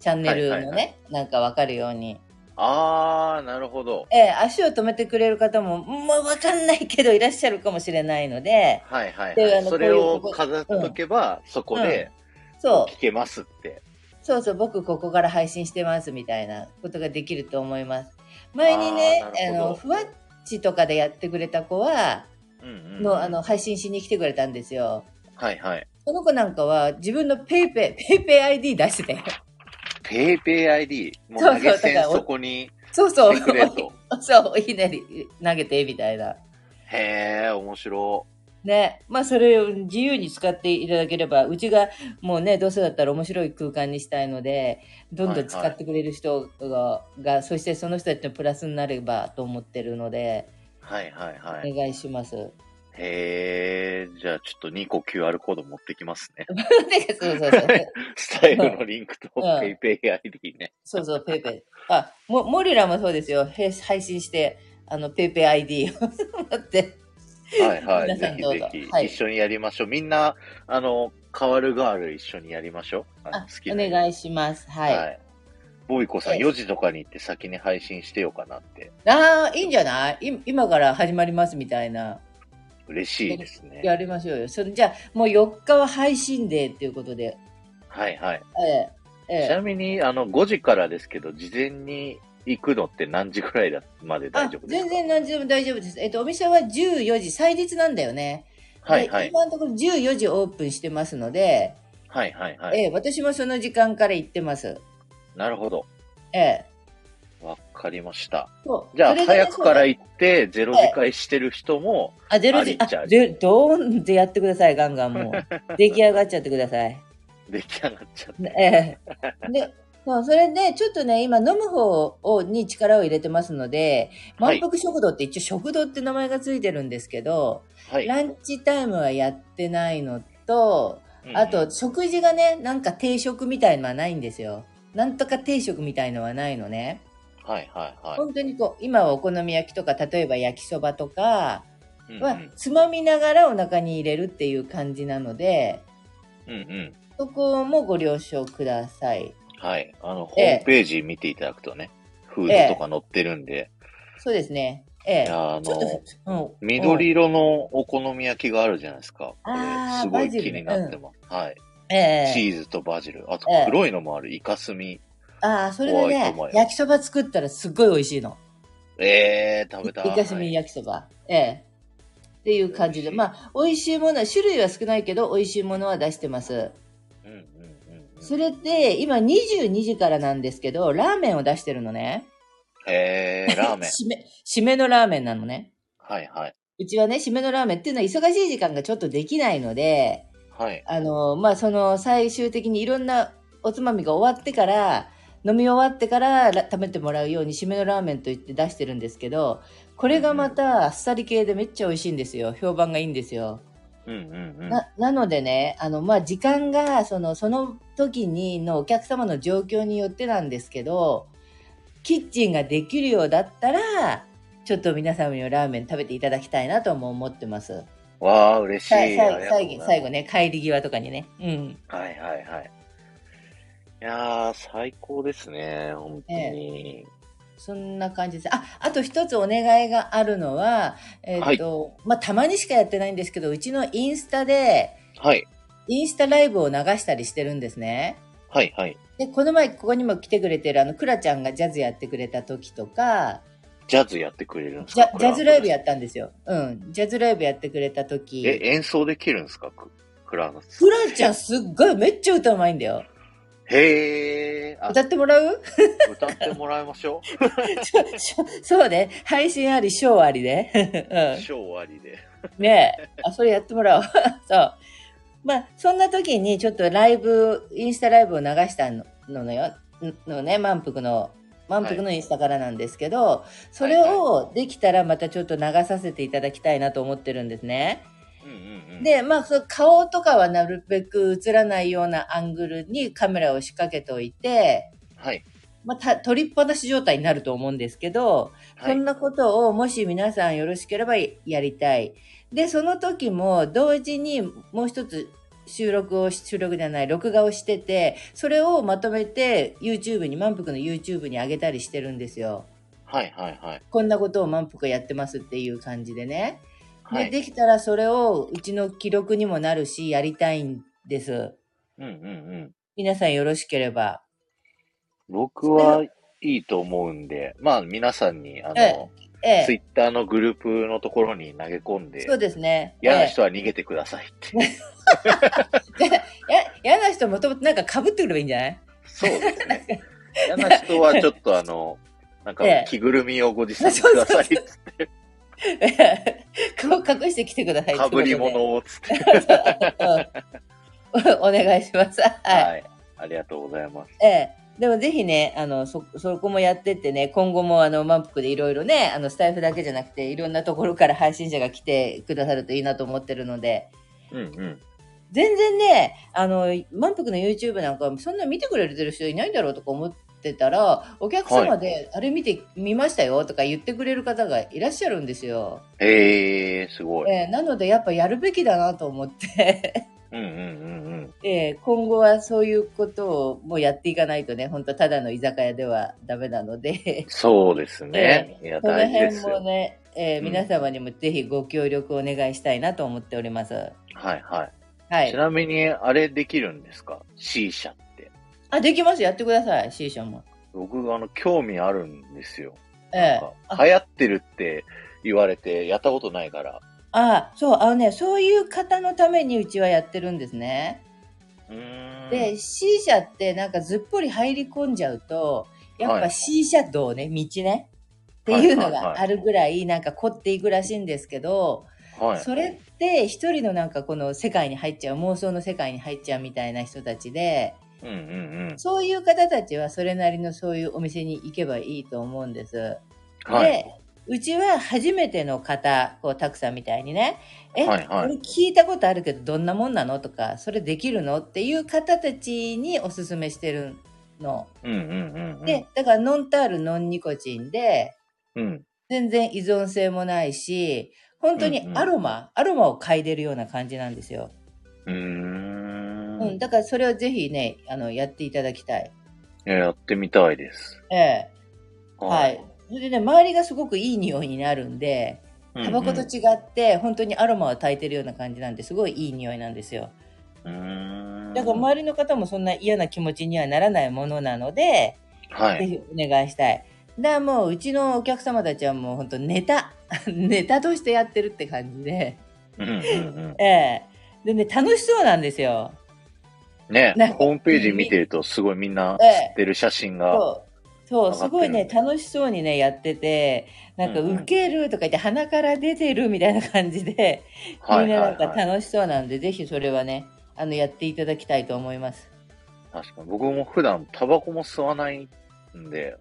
チャンネルのね、
はいはいは
なんかわかるように。
あー、なるほど。
ええ足を止めてくれる方も、もうわかんないけどいらっしゃるかもしれないので、
はいはい、
で
は
あ
い。
の
それを
こういう
飾っとけば、そこで
そう、
聞けますって。
そうそう、僕ここから配信してますみたいなことができると思います。前にね
あー、
あ
なるほど
の、ふわっちとかでやってくれた子は、
うんうん
の、あの、配信しに来てくれたんですよ。
はいはい。
この子なんかは自分のペイペイ、ペイペイ ID 出してたよ。
ペイペイ ID、もう
そうそ
投
う
げ銭
だから
そこに
そうそ
して
う
く。れと。
そう、おひねり投げてみたいな。
へえ、面白
ね。まあ、それを自由に使っていただければ、うちがもうね、どうせだったら面白い空間にしたいので、どんどん使ってくれる人が、がそしてその人たちのプラスになればと思ってるので、
はいはいは
お
い。
願いします。
へえ、じゃあちょっと2個 QR コード持ってきますね。
てかそうそうそう。
スタイルのリンクと
うん
ペイペイ ID ね。
そうそう、ペイペイ。あ、もモリラもそうですよ。へ配信して、あの、ペイペイ ID を持って。
はいはい。
皆さ
ぜ
ん
ひ
どうぞ
ぜひ、
はい
一緒にやりましょう。みんな、あの、変わるガール一緒にやりましょう。あの
あ
好き
お
なように
願いします。はい。
はい。ボイコさん、
ええ
4時とかに行って先に配信してようかなって。
ああ、いいんじゃないい今から始まりますみたいな。
嬉しいですね。
やりましょうよ。それじゃあ、もう4日は配信デーっていうことで。
はいはい。
え
ち
え。え
なみに、あの、5時からですけど、事前に行くのって何時くらいだまで
え。あ
大丈夫ですか
全然何時でも大丈夫です。えっと、お店は14時、祭日なんだよね。
はいは
で
い。
今のところ14時オープンしてますので、
はいはいはい。
ええ、私もその時間から行ってます。
なるほど。
ええ。
わかりました。
そう
じゃあ、
それがね
早くから行って、ゼロ次会してる人も、
あ、ゼロ時、
ありっちゃ
あ、
あり
ゼドーンってやってください、ガンガ ンもう。出来上がっちゃってください。
出来上がっちゃって。
ええ。で、そう、それで、ちょっとね、今、飲む方をに力を入れてますので、
はい
満腹食堂って一応食堂って名前がついてるんですけど、
はい。
ランチタイムはやってないのと、
うん
あと、、食事がね、なんか定食みたいのはないんですよ。なんとか定食みたいのはないのね。
はいはいはい
本当にこう、今はお好み焼きとか、例えば焼きそばとか、。
うんう
は
ん
つまみながらお腹に入れるっていう感じなので
うんうん。
そこもご了承ください
はい。あの、ホ
ええ
ームページ見ていただくとね、フードとか載ってるんで、
そうですねええ
いやあ
ちょっと
の、
うん、
緑色のお好み焼きがあるじゃないですか。これ
あー、
すごい
バジル
気になってます。はい。
ええ
チーズとバジル。あと
ええ、
黒いのもある、イカスミ。
ああそれで
ホワイ
ね
トマヨ
焼きそば作ったらすっごい美味しいの
ええ食べたい。
イカスミ焼きそば、ええっていう感じで
美味し
まあ美味しいものは種類は少ないけど美味しいものは出してます
うんうんうんうん。
それで今22時からなんですけどラーメンを出してるのね
えー、 ラーメン。
締め締めのラーメンなのね
はいはい。
うちはね締めのラーメンっていうのは忙しい時間がちょっとできないので
はい。
あの、まあ、その、最終的にいろんなおつまみが終わってから、飲み終わってからら食べてもらうように締めのラーメンと言って出してるんですけど、これがまたあっさり系でめっちゃ美味しいんですよ。評判がいいんですよ。
うんうんうん。
な、なのでね、あの、まあ、時間が、その、その時にのお客様の状況によってなんですけど、キッチンができるようだったら、ちょっと皆様にはラーメン食べていただきたいなとも思ってます。
わあ、嬉しい。
さい
ありがとうござ
最後、最
い
後
ます
最後。ね、帰り際とかにね。うん。
はいはいはい。いやー、最高ですね、本当に。
そんな感じです。あ、あと一つお願いがあるのは、えっ、と、まあ、たまにしかやってないんですけど、うちのインスタで、
はい。
インスタライブを流したりしてるんですね。
はいはい。
で、この前、ここにも来てくれてる、あの、クラちゃんがジャズやってくれた時とか、
ジャズやってくれるんです
ジ
か
ャジャズライブや
っ
ったんですよ。うん。ジャズライブやってくれた時。
え、演奏できるんですかククラーナス。
クラちゃんすっごい、めっちゃ歌うまいんだよ。
へえ。あ
歌ってもらう
歌ってもらいましょ
ちょちょそうね。配信あり、ショーありで、
う。
ね。
ショーありで。
ねえ。あ、それやってもらおう。 そう。まあ、そんな時にちょっとライブ、インスタライブを流したののよ、のね、満腹の、満腹のインスタからなんですけど、それをできたらまたちょっと流させていただきたいなと思ってるんですね。
うんうんうん。
で、まあ、その顔とかはなるべく映らないようなアングルにカメラを仕掛けておいて、
はい。
まあ、た取りっぱなし状態になると思うんですけど、
は
そん
い。
なことをもし皆さんよろしければやりたい。で、その時も同時にもう一つ収録をし、収録じゃない、録画をしてて、それをまとめて YouTube に、満腹の YouTube に上げたりしてるんですよ。
はい、はい、はい。
こんなことを満腹やってますっていう感じでね。で、
はい。
できたらそれをうちの記録にもなるし、やりたいんです。
うん、うん、うん。
皆さんよろしければ。
僕はいいと思うんで、まあ皆さんに、あの、
え
ツイ
え、
ッターのグループのところに投げ込んで
そ、うですね。
嫌な
ええ
人は逃げてくださいって。
や嫌な人もともとなんか被ってくればいいんじゃない
そうです ね。嫌な人はちょっとあの、なんか
ええ
着ぐるみをご持参くださいっつって、
顔隠してきてくださいって
か
こと
ぶ
で。
り物をつって。
うんお願いします。はい。
はい。ありがとうございます。
ええ。でもぜひね、あの、そ、そこもやってってね、今後もあの、満腹でいろいろね、あの、スタイフだけじゃなくて、いろんなところから配信者が来てくださるといいなと思ってるので、
うんうん。
全然ね、あの、満腹の YouTube なんか、そんな見てくれてる人いないんだろうとか思ってたら、お客様で、あれ見て、見ましたよとか言ってくれる方がいらっしゃるんですよ。
へえー、すごい。
ええなので、やっぱやるべきだなと思って。
うんうんうんうん。
えー今後はそういうことをもうやっていかないとね、本当ただの居酒屋ではダメなの で、
そうですね。いや、
この
大事で
辺
す
も
よ。
ね、えー
うん
皆様にもぜひご協力お願いしたいなと思っております。
はいは。
はい
ち
い。
なみに、あれできるんですか ?C 社って。
あ、できます。やってください、C 社も。
僕、あの、興味あるんですよ。
ええ
なんか流行ってるって言われて、やったことないから。
あ、そう、あのね、そういう方のためにうちはやってるんですね。
うーん。
で、C 社ってなんかずっぽり入り込んじゃうと、やっ
は
ぱ
い
C 社道ね、道ね。っていうの
はいはいは
が
い
あるぐらい、なんか凝っていくらしいんですけど、
はい、
それって一人のなんかこの世界に入っちゃう妄想の世界に入っちゃうみたいな人たちで
うんうんうん。
そういう方たちはそれなりのそういうお店に行けばいいと思うんです。
はい。
でうちは初めての方こうたくさんみたいにね「え、
はいはい
これ聞いたことあるけどどんなもんなの?」とか「それできるの?」っていう方たちにおすすめしてるの。
うんうんうんうん。
で、だからノンタールノンニコチンで
うん。
全然依存性もないし本当にアロマ、アロマを嗅いでるような感じなんですよ。
うーん。
うん、だからそれをぜひね、あの、やっていただきたい。
いややってみたいです。
ええはい。。それでね、周りがすごくいい匂いになるんで、タバコと違って、本当にアロマを焚いてるような感じなんで、すごいいい匂いなんですよ。
うんうん。うーん
だから周りの方もそんな嫌な気持ちにはならないものなので、
は
ぜ
い。
ひお願いしたい。だからもう、うちのお客様たちはもう本当ネタ、 ネタとしてやってるって感じで、
うんうんうん。
ええでね、楽しそうなんですよ。
ね
なんか、
ホームページ見てると、すごいみんな
ええ
知ってる写真が。
そう、そう、
上が
す
ってる
ごいね、楽しそうにね、やってて、なんか、
うんうん
ウケるとか言って、鼻から出てるみたいな感じで、
は
み
い
んな
は
ないんか
はい。
楽しそうなんで、ぜひそれはね、あの、やっていただきたいと思います。
確かに。僕も普段タバコも吸わないんで、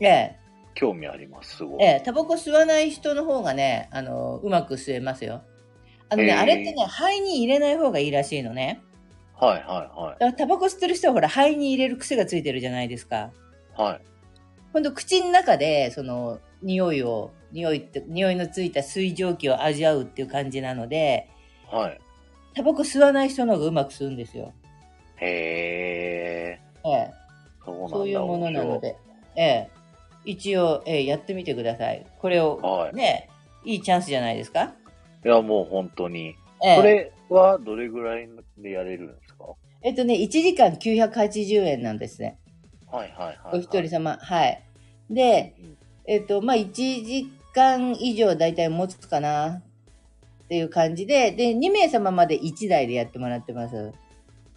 ええ、
興味あります、すごい。
ええ、タバコ吸わない人の方がね、あの、うまく吸えますよ。あの
へ
ね、
え
あれってね、肺に入れない方がいいらしいのね。
はいはいは
だからタバコ吸ってる人はほら、肺に入れる癖がついてるじゃないですか。
い。はい。
今度口の中でその匂いを匂いって匂いのついた水蒸気を味わうっていう感じなので
はい。
タバコ吸わない人の方がうまく吸うんですよ、
へえ。
ええ、
そうなんだ。
そういうものなの
面
で、ええ、一応、ええ、やってみてくださいこれを、
白い。はい。
ねいいチャンスじゃないですか、
いや、もう本当に。
ええ
これはどれぐらいでやれるんですか
えっとね1時間980円なんですね
はいはいはい。
お一人様はいで
うん
えっとまあ1時間以上だいたい持つかなっていう感じでで2名様まで1台でやってもらってます
う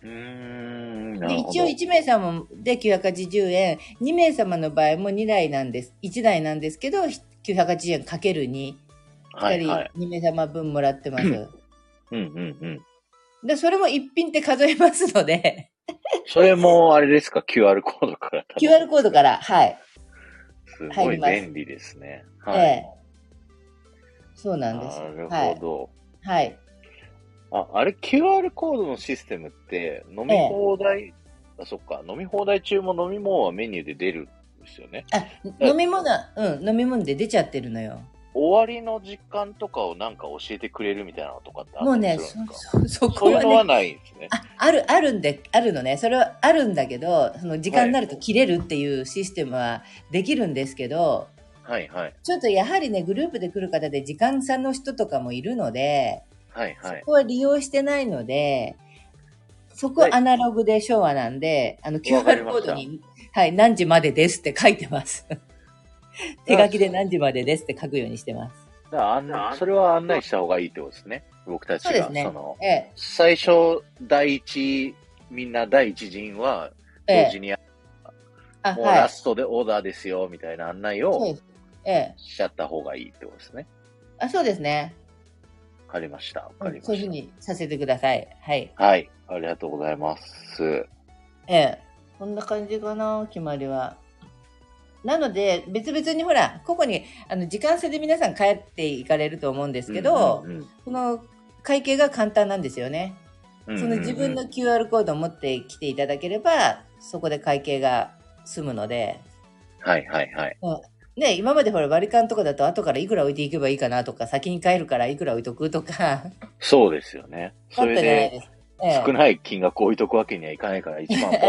ーん。な
で
るほ
一
ど
応1名様で980円2名様の場合も2台なんです1台なんですけど980円かける2
はいはい。
2名様分もらってます、
うんうんうん。
でそれも1品って数えます ので
それも、あれですか ?QR コードから。
QR コードからはい、
すご
入
い
ります
便利ですね。
え
はい。
えそうなんです
なる
は
ほ
い、
ど。
はい、
あ、あれ QR コードのシステムって、飲み放題、あ、そっか。飲み放題中も飲み物はメニューで出るですよね。
あ、飲み物、うん、飲み物で出ちゃってるのよ。
終わりの時間とかをなんか教えてくれるみたいなのとかってあ
も
っ
う
た
ね、
りするん
そ
ですか
そそ
そ
こ
うい
は
うのは
ね、
ないんですね。
あある、あるんで、あるのね。それはあるんだけど、その時間になると切れるっていうシステムはできるんですけど、
はいはい。
ちょっとやはりね、グループで来る方で時間差の人とかもいるので、
はいはい
そ。こは利用してないので、そこ
はい
はアナログで昭和なんで、あの
わかり
QR
ま
コ
し
ー
た
ドに、はい、何時までですって書いてます。 手書きで何時までですって書くようにしてます。
だからあんなそれは案内した方がいいってことですね。僕たち
そう
が。
ですね
の
え
最初、第一、みんな第一陣は、
え、え
同
え、
時に、
あ、
もう
は
ラ
い。
ストでオーダーですよ、みたいな案内
そう
を
です。ええ、
しちゃった方がいいってことですね。
あ、そうですね。
わかりました。わ
う
かり
ん
ま
そういう
し
ふ
た。
うにさせてください。はい。
はい。ありがとうございます。
ええ、こんな感じかな、決まりは。なので、別々にほら、ここに、あの、時間差で皆さん帰っていかれると思うんですけど、
うんうんうん
この会計が簡単なんですよね。その自分の
うんうんうん
QR コードを持ってきていただければ、そこで会計が済むので、
はいはいはい。
ね、今までほら割り勘とかだと後からいくら置いていけばいいかなとか、先に帰るからいくら置いとくとか、
そうですよね。
だ
そ
ったじ
れ
ゃない
で、
ですか。え
少ない金額置いとくわけにはいかないから、1万ポンと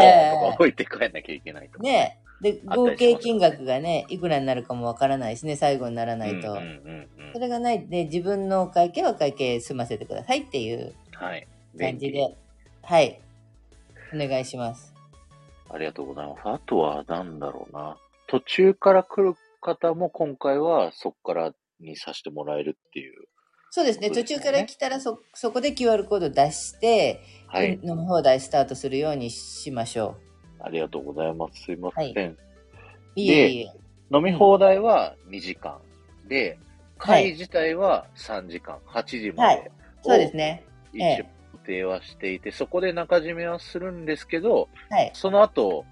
か置いて帰んなきゃいけないと
え
か。
ねえで、
あった
合
りし
計
ます
金額がね、いくらになるかもわからないしね、最後にならないと。
うんうんうんうん
それがないで、自分の会計は会計済ませてくださいっていう
はい。
感じ
便利
で、はい。お願いします。
ありがとうございます。あとは、なんだろうな。途中から来る方も今回はそこからにさせてもらえるっていう。
そうですね、
そう
途
ですよ
中
ね
から来たらそ、そこで QR コード出して、
はい。
飲み放題スタートするようにしましょ
ありがとうございます。すいません。
はいいう。いえいえ。
飲み放題は2時間。で、会自体は3時間。8時まで。
そうです。ね。
一
え
応予定はしていて、そこで中締めはするんですけど、
はい。
その後、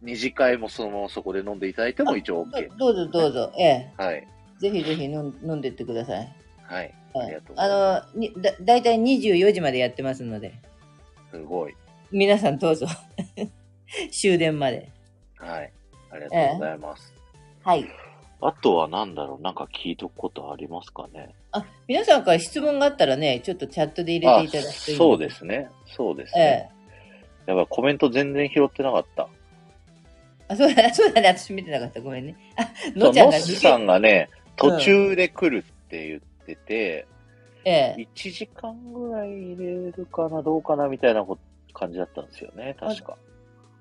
二次会もそのままそこで飲んでいただいても一応 OK。
どどうぞどうぞ。ええ。
はい。
ぜひぜひ飲ん飲んでってください。
はい。
え
ありが
え
とうございま
あのにだ、だいたい24時までやってますので、
す。すごい。
皆さんどうぞ。 終電まで。
はい。ありがとうございます。
はい。
あとは何だろうなんか聞いとくことありますかね
あ、皆さんから質問があったらね、ちょっとチャットで入れ
あ
ていただくといい。
そうですすね。そうです
え
ね
え。。
やばい、コメント全然拾ってなかった。
あ、そうだ、 そうだね。私見てなかった。ごめんね。あ、
そ
の
う
ちゃん
ノ
が
ッスさんがね、
うん
途中で来るって言ってて、
ええ。
1時間ぐらい入れるかな、どうかな、みたいなこ感じだったんですよね、確か。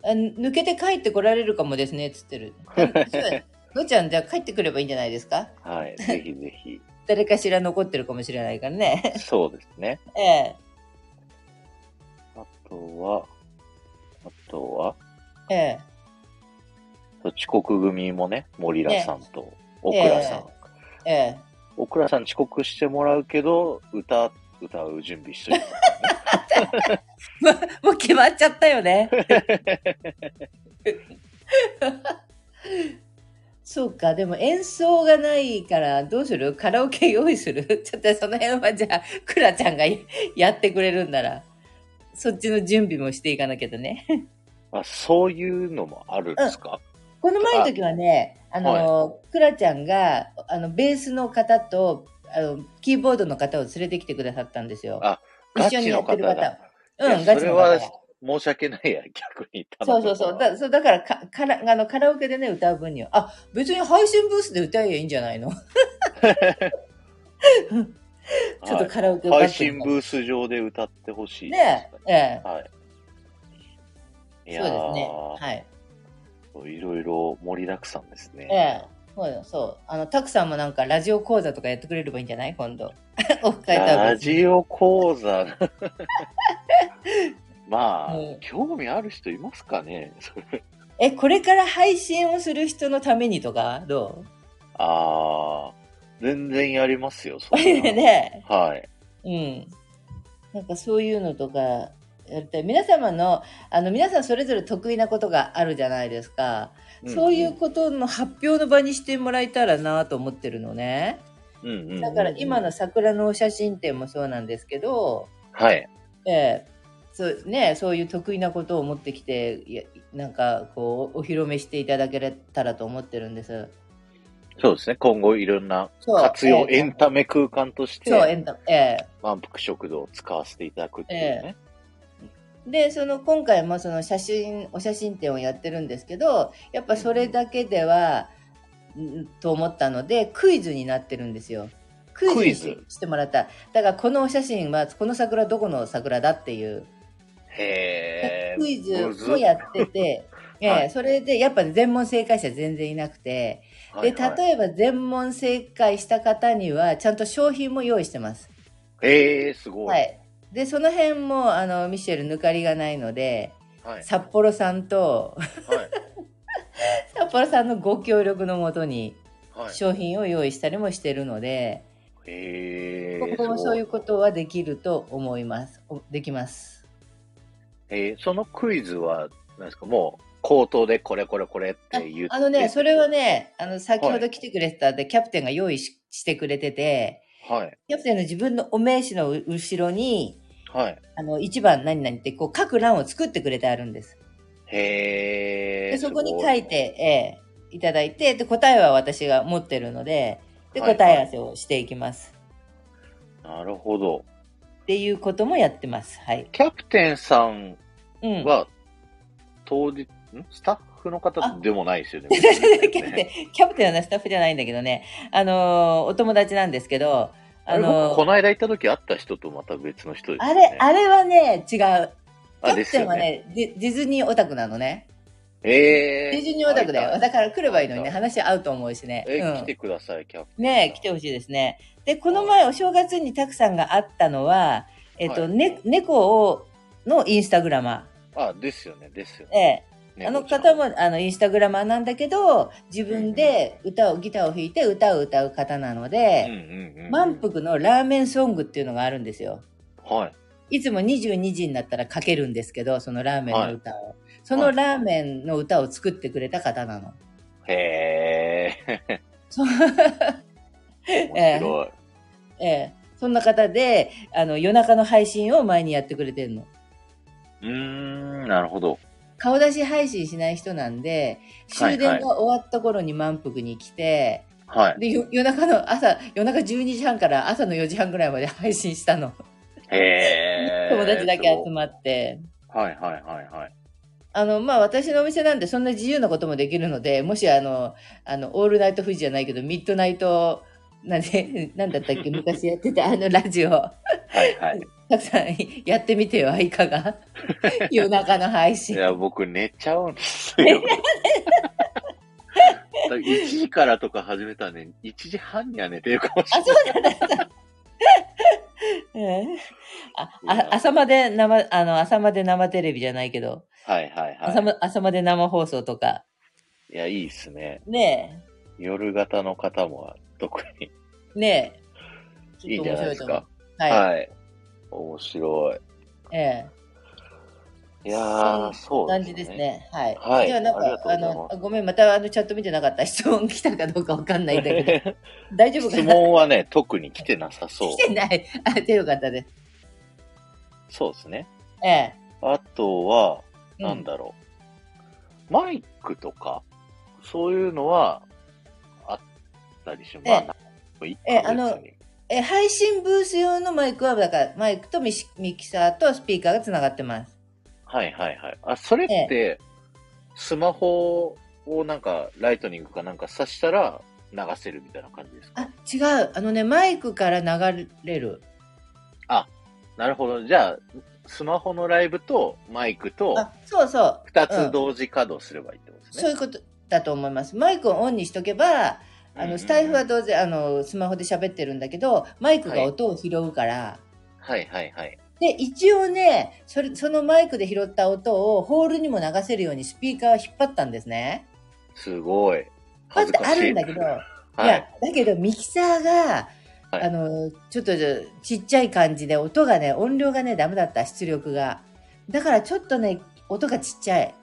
あ抜けて帰ってこられるかもですね、つっ てる。あそうだねのちゃん、じゃあ帰ってくればいいんじゃないですか
はい、ぜひぜひ。
誰かしら残ってるかもしれないからね。
そうですね。
ええ、
あとは、あとは、
ええ、
遅刻組もね、森田さんと、オクラさん。
ええ。
オクラさん遅刻してもらうけど、歌、歌う準備し といて。
ま、もう決まっちゃったよね。 そうか、でも演奏がないから、どうするカラオケ用意する ちょっとその辺はじゃあ、クラちゃんがややってくれるんなら、そっちの準備もしていかなきゃだね。
あ、そういうのもあるんですか、
この前の時はね、あの、クラちゃんが、あの、ベースの方と、あの、キーボードの方を連れてきてくださったんですよ。
あガチの方だ。
う
い
ん、
や
ガ
そ
チ
れ
の
は
方。
申し訳ないや、逆に頼
そう
むの
そ
は
うそう。だそうだからかからあの、カラオケでね、歌う分には、あ、別に配信ブースで歌えばいいんじゃないの ちょっとカラオケ
はい配
バッグ
信
に
ブース上で歌ってほしいです
ねえ、え
はい。い
え、
や
そうですね。
ー
はい。
いろいろ盛りだくさんですね。
ええ、そうよ、そう。あの、たくさんもなんかラジオ講座とかやってくれればいいんじゃない今度。 オフ会多
ラ
分。
ジオ講座。 まあ、
うん
興味ある人いますかねそれ
え、これから配信をする人のためにとか、ど
ああ、全然やりますよ、そうんな
ね。
はい。
うん。なんかそういうのとかやりたい。皆様の、あの、皆さんそれぞれ得意なことがあるじゃないですか。 そういうことの発表の場にしてもらえたらなと思ってるのね。
うん、うんうんうん
だから今の。桜のお写真展もそうなんですけど、
はい。
ええそうね、そういう得意なことを持ってきていやなんかこうお披露目していただけたらと思ってるんです。
そうですね。今後いろんな
そう
活用、
ええ
エンタメ空間とし
そう
て、
エンタえ
満腹食堂を使わせていただくっていうね。
えでその今回もその写真お写真展をやってるんですけどやっぱそれだけでは、んと思ったのでクイズになってるんですよ。クイズにし
クイズ
してもらった。だからこのお写真はこの桜どこの桜だっていう
へえ。
クイズ
むず
もやってて、ええ
はい
それでやっぱ全問正解者全然いなくて。
は
で、
いはい
例えば全問正解した方には、ちゃんと商品も用意してます。
えー、すごい。
は。い。で、その辺も、あの、ミシェル抜かりがないので、
はい。
札幌さんと、
はい。
札幌さんのご協力のもとに、
はい、
商品を用意したりもしてるので、
え
こ
ー、
こもそういう
すご
ことはできると思います。おできます。
えー、そのクイズは、なんですか、もう、口頭でこれこれこれって言って。
あのね、それは
は、
ね、あの、先ほど来てくれてたで、キャプテンが用意ししてくれてて、
はい。
キャプテンの自分のお名刺のう後ろに、
はい。
あの、一番何々って、こう、各欄を作ってくれてあるんです。
へえ。
でそこに
すご
書いて、ええいただいてで答えは私が持ってるのでで
はい
答え合わせをしていきます、
なるほど。
っていうこともやってますはい、
キャプテンさん
うん、
は、当日、んスタッフの方でもないですよね。
キャプテンキャプテンはねスタッフじゃないんだけどねあのーお友達なんですけど
あ
あ
れ僕
の
こ
ー
の間行った時会った人とまた別の人です
あ
よ
れ,、
ね。
あれはね違うキャ
あで
プ
す
テ
よ
ンはねディディズニーオタクなのね
え
デ
ー、
ィズニーオタクだよだから来ればいいのにね
は
話合うと思うしね、
え
うん
来てください、キャプテンさん。
ねえ来てほしいですね。で、この前、お正月にたくさんがあったのは、えっと、
はい
ね、猫を、のインスタグラマ
あ、ですよね、ですよ
ー。え
ね。
え。あの方
も。
も、あの、インスタグラマーなんだけど、自分で歌を、ギターを弾いて歌を歌う方なの
うん
で、
うんうん。
満。腹のラーメンソングっていうのがあるんですよ。
はい。
いつも22時になったらかけるんですけど、そのラーメンの歌を。その
はい
ラーメンの歌を作ってくれた方なの。
へえ。
そう
面白い。
ええ。そんな方で、あの、夜中の配信を前にやってくれてるの。
うーん、なるほど。
顔出し配信しない人なんで、
はい
終電が終わった頃に満腹に来て、
はい。
で、よ夜中の朝、夜中12時半から朝の4時半ぐらいまで配信したの。
へえ。
友達だけ集まって。
はいはいはいはい。
あの、まあ、私のお店なんでそんな自由なこともできるので、もしあの、あの、オールナイト富士じゃないけど、ミッドナイト、なんで、 なんだったっけ、昔やってたあのラジオ。
はい はい。
たくさんやってみてはいか が夜中の配
い
信。
や、僕寝ちゃうんです よ。1時からとか始めたんで、1時半には寝てるかもしれ
あ、
ない。
そうなんだ。ええああ朝まで生、あの、朝まで生テレビじゃないけど、
はいはい
朝
は
ま朝まで生放送とか。
い。いや、いいですね。
ね
夜型の方も特に
え、ねえ。
いいんじゃないですか。
はい。
はい。面白
ええ。
い。いやー、そう
感じです。ね。はい。
はい
じゃあ、なん
ありが
か、
とうござ
あ
います
の、あごめん、またあの、チャット見てなかった。質問来たかどうかわかんないんだけど。大丈夫 か
質
な
問はね、特に来てなさそう
来。てない。あ、でよかったです。
そうですね。
ええ。
あとは、
う
なんだろう。マイクとか、そういうのは、あったりします。
ええ
まあいいか
ええあの
別に
え、配信ブース用のマイクは、だから、マイクとミシミキサーとスピーカーがつながってます。
はいはいはい。あ、それって、スマホをなんか、ライトニングかなんか挿したら、流せるみたいな感じですか
あ、違う。あのね、マイクから流れる。
なるほど。じゃあ、スマホのライブとマイクと、
あ、そうそう。
二つ同時稼働すればいいってことです
そう
ね。
いうことだと思います。マイクをオンにしとけば、あ
うんうん
の、スタイフは当然、あの、スマホで喋ってるんだけど、マイクが音を拾うから、
はいはいはい。
で、一応ね、それ、そのマイクで拾った音をホールにも流せるようにスピーカーを引っ張ったんですね。
すごい。
まあ
恥ずか
あ
しい。
るんだけど、い、
はい。
や、だけどミキサーが、
はい
あの、ちょっとちっちゃい感じで音がね、音量がね、ダメだった、出力が。だからちょっとね、音がちっちゃい。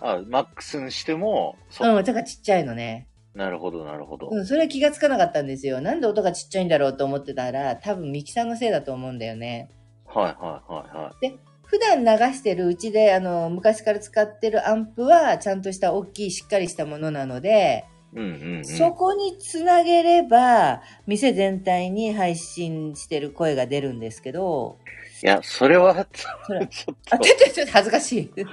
あ、マックスにしても、そう
うん、音がちっちゃいのね。
なるほどなるほど。
うん、それは気がつかなかったんですよ。なんで音がちっちゃいんだろうと思ってたら、多分ミキさんのせいだと思うんだよね。
はいはいはいはい。
で、普段流してるうちで、あの、昔から使ってるアンプは、ちゃんとした大きいしっかりしたものなので、
うんうんうん。
そこにつなげれば、店全体に配信してる声が出るんですけど、
いや、それは、ち
ほ
ょ
ら
っ
あ、
と、
ちょっと、ちょっと恥ずかし い。
い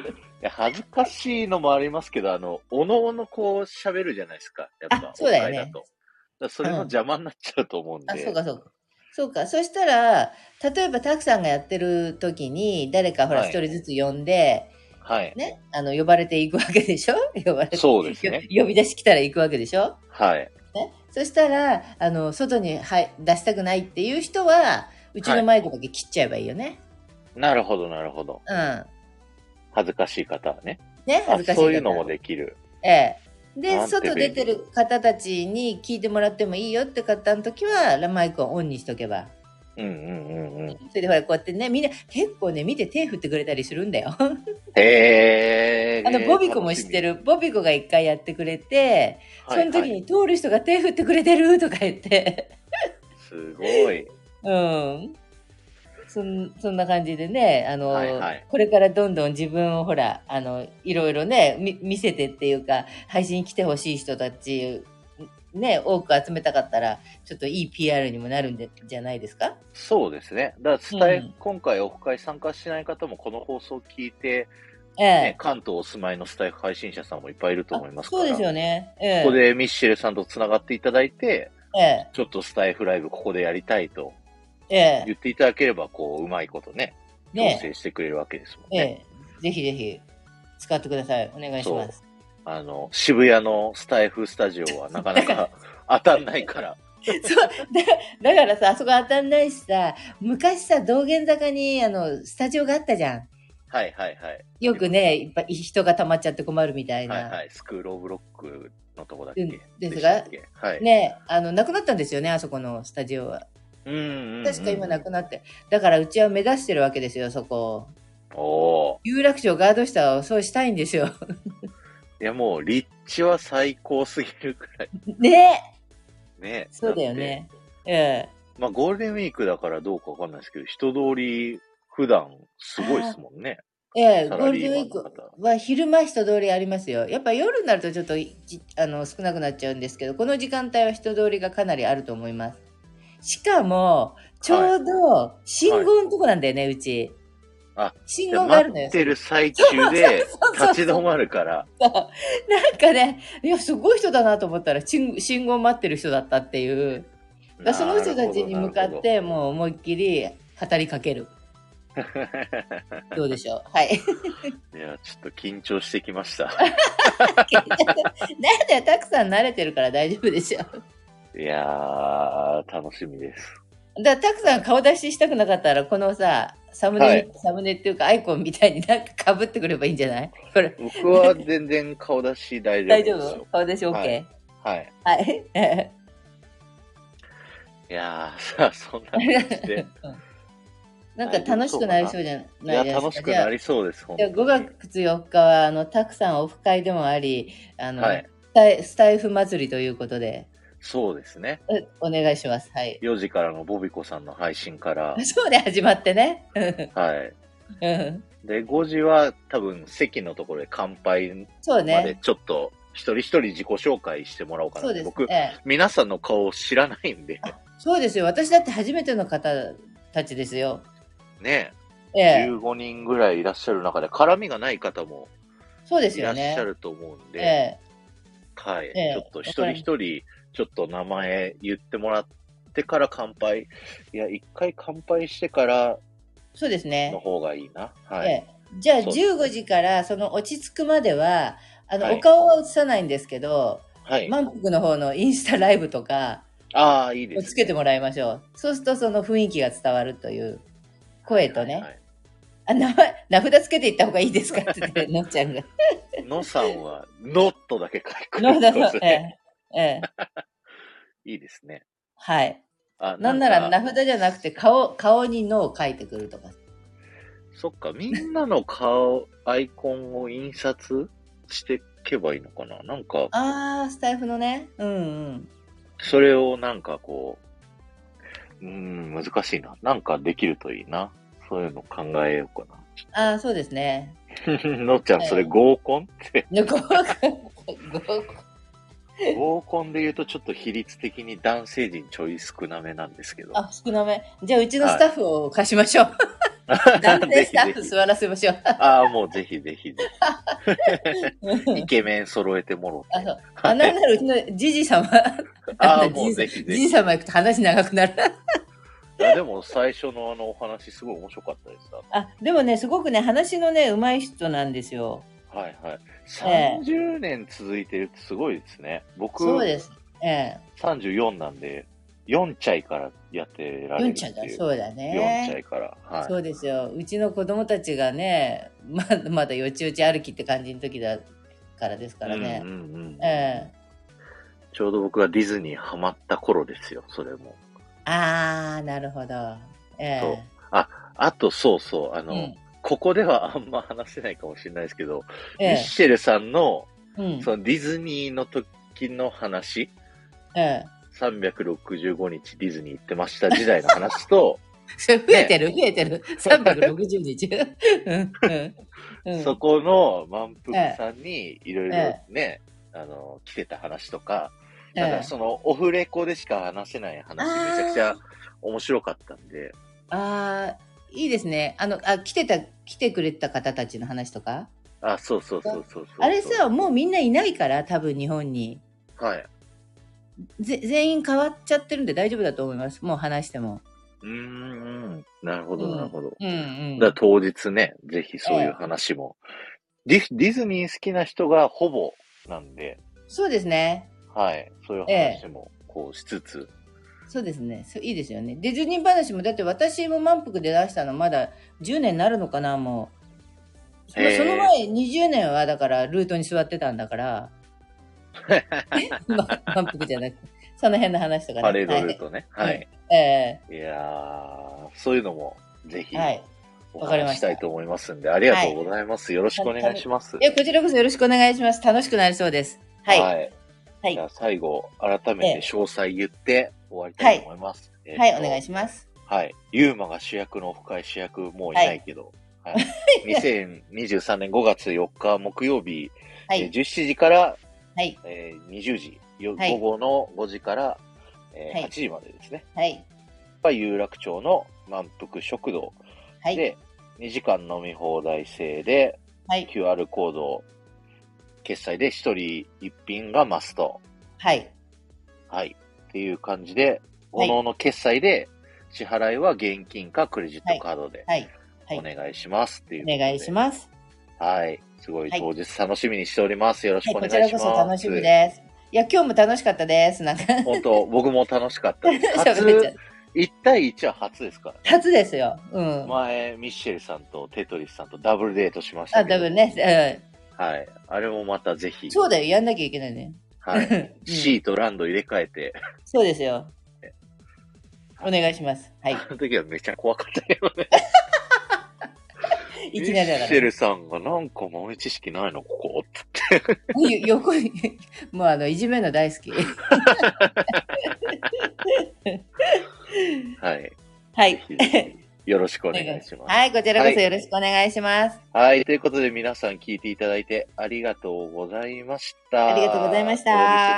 や恥ずかしいのもありますけど、あの、おのおのこう喋るじゃないですか。やっぱ、
あそうだよね
お互いと。だからそれの邪魔になっちゃうと思うんで。
あ、そうか、そうか。そうか。そしたら、例えば、たくさんがやってる時に、誰かほら、
はい
一人ずつ呼んで、
はい。
ね、あの、呼ばれていくわけでしょ呼ばれて。
そうですね
よ呼び出し来たら行くわけでしょ
はい。
そしたら、あの、外に、はい、出したくないっていう人は、うちのマイクだけ切っちゃえばいいよね。
なるほど、なるほど。
うん。
恥ずかしい方はね。
ね、
あ
恥ずかしいから
そういうのもできる。
ええ。で、
なんて便
外
利
出てる方たちに聞いてもらってもいいよって方の時は、ラマイクをオンにしとけば。
うんうんうんうん。
それでほら、こうやってね、みんな結構ね、見て手振ってくれたりするんだよ。
へえ。
あの、ボビコも知ってる。ボビコが一回やってくれて、
はい。
その時
はい
に通る人が手振ってくれてるとか言って、
すごい。
うん。そんそんな感じでね、あの、
はいはい
これからどんどん自分をほら、あの、いろいろね、み見せてっていうか、配信来てほしい人たち、ね、多く集めたかったら、ちょっといい PR にもなるんでじゃないですか
そうですね。だから伝え、
うん
今回オフ会参加しない方もこの放送を聞いて、
え
ね
え。
関東お住まいのスタイフ配信者さんもいっぱいいると思いますから。
あそうですよね。ええ。
ここでミッシェルさんとつながっていただいて、
ええ。
ちょっとスタイフライブここでやりたいと
ええ。
言っていただければ、こう、うまいことね、調
ね
整してくれるわけですもん
え
ね。
え。ぜひぜひ、使ってください。お願いします。
あの、渋谷のスタイフスタジオはなかな か当たんないから。
そうだだからさあそこ当たんないしさ昔さ道玄坂にあのスタジオがあったじゃん
はいはいはい。
よくねいっぱい人が溜まっちゃって困るみたいな、
はいはい。スクールオブロックのとこだっけ
うんですが
したっけはい。
ねあのなくなったんですよねあそこのスタジオは
うんうんうん
確か今なくなって、だからうちは目指してるわけですよそこ
おお
有楽町ガード下をそうしたいんですよ
ー。いやもう、立地は最高すぎるくらい。
ね
ね。
そうだよねええ
まあ、ゴールデンウィークだからどうかわかんないですけど、人通り、普段、すごいですもんね。
ええ
サ
ゴ
ラ
ール
リ
デ
ー
ンウ
マン
ィー
の
ク
方。
は昼間人通りありますよやっぱ夜になるとちょっといじあの少なくなっちゃうんですけどこの時間帯は人通りがかなりあると思いますしかもちょうど信号のとこなんだよね、うち
あ
信
で
号がある
待
のよ
ってる最中で
そうそうそう
立ち止まるから、
なんかねいやすごい人だなと思ったら信信号待ってる人だったっていうだからその人たちに向かってもう思いっきり語りかける
なるほ
どうでしょう はい
ど。 いや、ちょっと緊張してきました。
なんだよたくさん慣れてるから大丈夫でしょ
いやー、楽しみです。
だからたくさん顔出ししたくなかったらこのさサムネ、
はい
サムネっていうかアイコンみたいになんか被ってくればいいんじ ゃないこれ
僕は全然顔出し大丈夫
大丈
です
夫
よ。
顔出し OK
は
はいい、
はい。
はい、
いやー、さあ、そんな 感じで。
なんか楽しくなりそうじゃ
い
な
や、
いじゃないで
楽
す
し
か
く
じゃ
な
あ
りそうです、本
じ
当
ゃあ
に。
5月4日はあのたくさんオフ会でもありあの、
はい
スタイスタイフ祭りということで
そうですね。
うお願いしますはい
4時からのボビコさんの配信 から、
そうで始まってね
はい。
うん
で、5時は多分席のところで乾杯
そう
まで
ね
ちょっと一人一人自己紹介してもらおうかなっ
そう
て。
です
僕、
ね
皆さんの顔を知らないん で、
そうですよ私だって初めての方たちですよ
ね、
ええ
15人ぐらいいらっしゃる中で、絡みがない方も
そうです
いら
よ
っし
ね
ゃると思うんで、
え
はい、
ええ
ちょっと一人一人、ちょっと名前言ってもらってから乾杯。いや、一回乾杯してから
えそうです
の
ね。
方がいいな。はい。
ええじゃあ
そうです
15時からその落ち着くまでは、あの、
はい
お顔は映さないんですけど、
はい。
満腹の方のインスタライブとか
ああ、いいです、
をつけてもらいましょう。そうするとその雰囲気が伝わるという声とね、
はいはい
あ、名前、名札つけていった方がいいですかって 言って、のっちゃんが。
のさんは、ノットだけ書いてくれ
の
る
だ
そうです
と、
ね。
ええ、ええ、
いいですね。
はい。
あ
なんなら
か
名札じゃなくて顔、顔にのを書いてくるとか。
そっか、みんなの顔、アイコンを印刷していけばいいのかななんか、
ああ、スタイフのね。うんうん。
それをなんかこう、うーん、難しいな。なんかできるといいな。そういうの考えようかな。
ああ、そうですね。
のっちゃん、それ合コンって、
合コン合コン
合コンで言うとちょっと比率的に男性陣ちょい少なめなんですけど。
あ、少なめ。じゃあ、うちのスタッフを貸し ましょう。男性スタッフ座らせましょう。
ああ、もうぜひぜひぜひ。イ
あ、
ケメン揃えてもろて。
そう。あ、なんならうちのじじ様。
ああ、もうぜひぜ
じじ
ひ。
様行くと話長くなる。
いやでも最初のあのお話すごい面白かったです。
あ、でもね、すごくね、話のね、うまい人なんですよ。
はいはい。
ええ
30年続いてるってすごいですね。僕、
そうです。え
34なんで、4歳からやってら
え。
れ
ヨ
るって
ンちゃんだ
い。う。
そうだ
4
ね。
歳から。はい。
そうですよ。うちの子供たちがね、まだまだよちよち歩きって感じの時だからですからね。
うんうんうん
ええ。
ちょうど僕がディズニーハマった頃ですよ、それも。
ああ、なるほど。え
そう
え。
あと、そうそう、あの、
うん
ここではあんま話せないかもしれないですけど、
え
ミッ
え。
シェルさんの
うん。
そのディズニーの時の話、
ええ。
365日ディズニー行ってました時代の話と、
それ増えてる、増えてる。360日。うん うんうん
そこの満腹さんにいろいろね、あの、来てた話とか、
え
なん
え
かそのオフレコでしか話せない話めちゃくちゃ面白かったんで、
ああ、いいですね。あの、あ、来てた、来てくれた方たちの話とか。
あ、そうそうそうそうそうそう。
あれさ、もうみんないないから、多分日本に。
はい。
ぜ全員変わっちゃってるんで大丈夫だと思います。もう話しても。
うーん、なるほど、なるほど。
うんうん。
だから当日ね、ぜひそういう話も。ディディズニー好きな人がほぼなんで、
そうですね。
はい、そういう話もこうしつつ、
そうですね。そういいですよね。ディズニー話も、だって私も満腹で出したのまだ10年になるのかな、もう。そ
へー
その前20年はだからルートに座ってたん だから。ま満腹じゃなくて。その辺の話とかね。
パレードルートね。
はい
はい。
はいえ
いやー、そういうのもぜ
え
ひ
はい。
お
わかり
話
ま
し
したた
いと思いますんで、ありがとうございます。よろしくお願いします。
いや、こちらこそよろしくお願いします。楽しくなりそうです。はい。はい、
い。
はい
じゃあ最後、改めて詳細言って終わりたいと思います。
お願い
し
します。
ます。はい。ユーマが主役のオフ会主役もういないけど、 はい。2023年5月4日木曜日、
は
えー
い。
17時から、
はい。
えー20時、よ
はい
午後の5時から、えー
は
8
い
時までですね。
はい。
やっぱ有楽町の満腹食堂
はい。
で、2時間飲み放題制で、
はい。
QR コードを決済で1人1品がマスト。
はい。
はい。っていう感じで、
は
各
い
々決済で、支払いは現金かクレジットカードで
はい。はい
お願いしますっていう
お願いします。
す。はい。すごい
はい
当日楽しみにしております。よろし
は
く
い。
お願
こ
い
ち
しま
ら
す。
こそ楽しみです。いや、今日も楽しかったです。なんか、
本当、僕も楽しかった です。
喋れちゃっ
初、1対1は初ですから。
初ですよ。うん。
前、ミッシェルさんとテトリスさんとダブルデートしました
あ、
けど。
多分ね。
はい。あれもまたぜひ
うん。。そうだよ。やんなきゃいけないね。
は
う
い。
ん
シーとランド入れ替えて、
そうですよ。お願いします。はい。
あの時はめっちゃ怖かったよね。
いきなりだ
ミ
か
ッシェ
ら。
ルさんがなんか豆知識ないの、ここって 言って。
よ横に、もうあの、いじめるの大好き。
はい。
はい。
ぜひぜひよろしくお願いします。
はい、こちらこそよろしくお願いします。
はい。ということで皆さん聞いていただいてありがとうございました。
ありがとうございました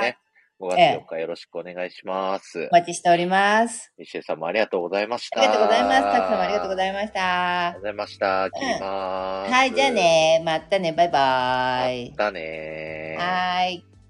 当日ね、5月
ええ
4日よろしくお願いします。
お待ちしております。
ミッシェルさんもありがとうございまし
あ
た。
りがとうございます。たくさんもありがとうござ
い
いまし
あり
た
がとう。ございました。切ります。
はい、じゃあ。ね。またね。バイバーイ。
またねー。
はーい。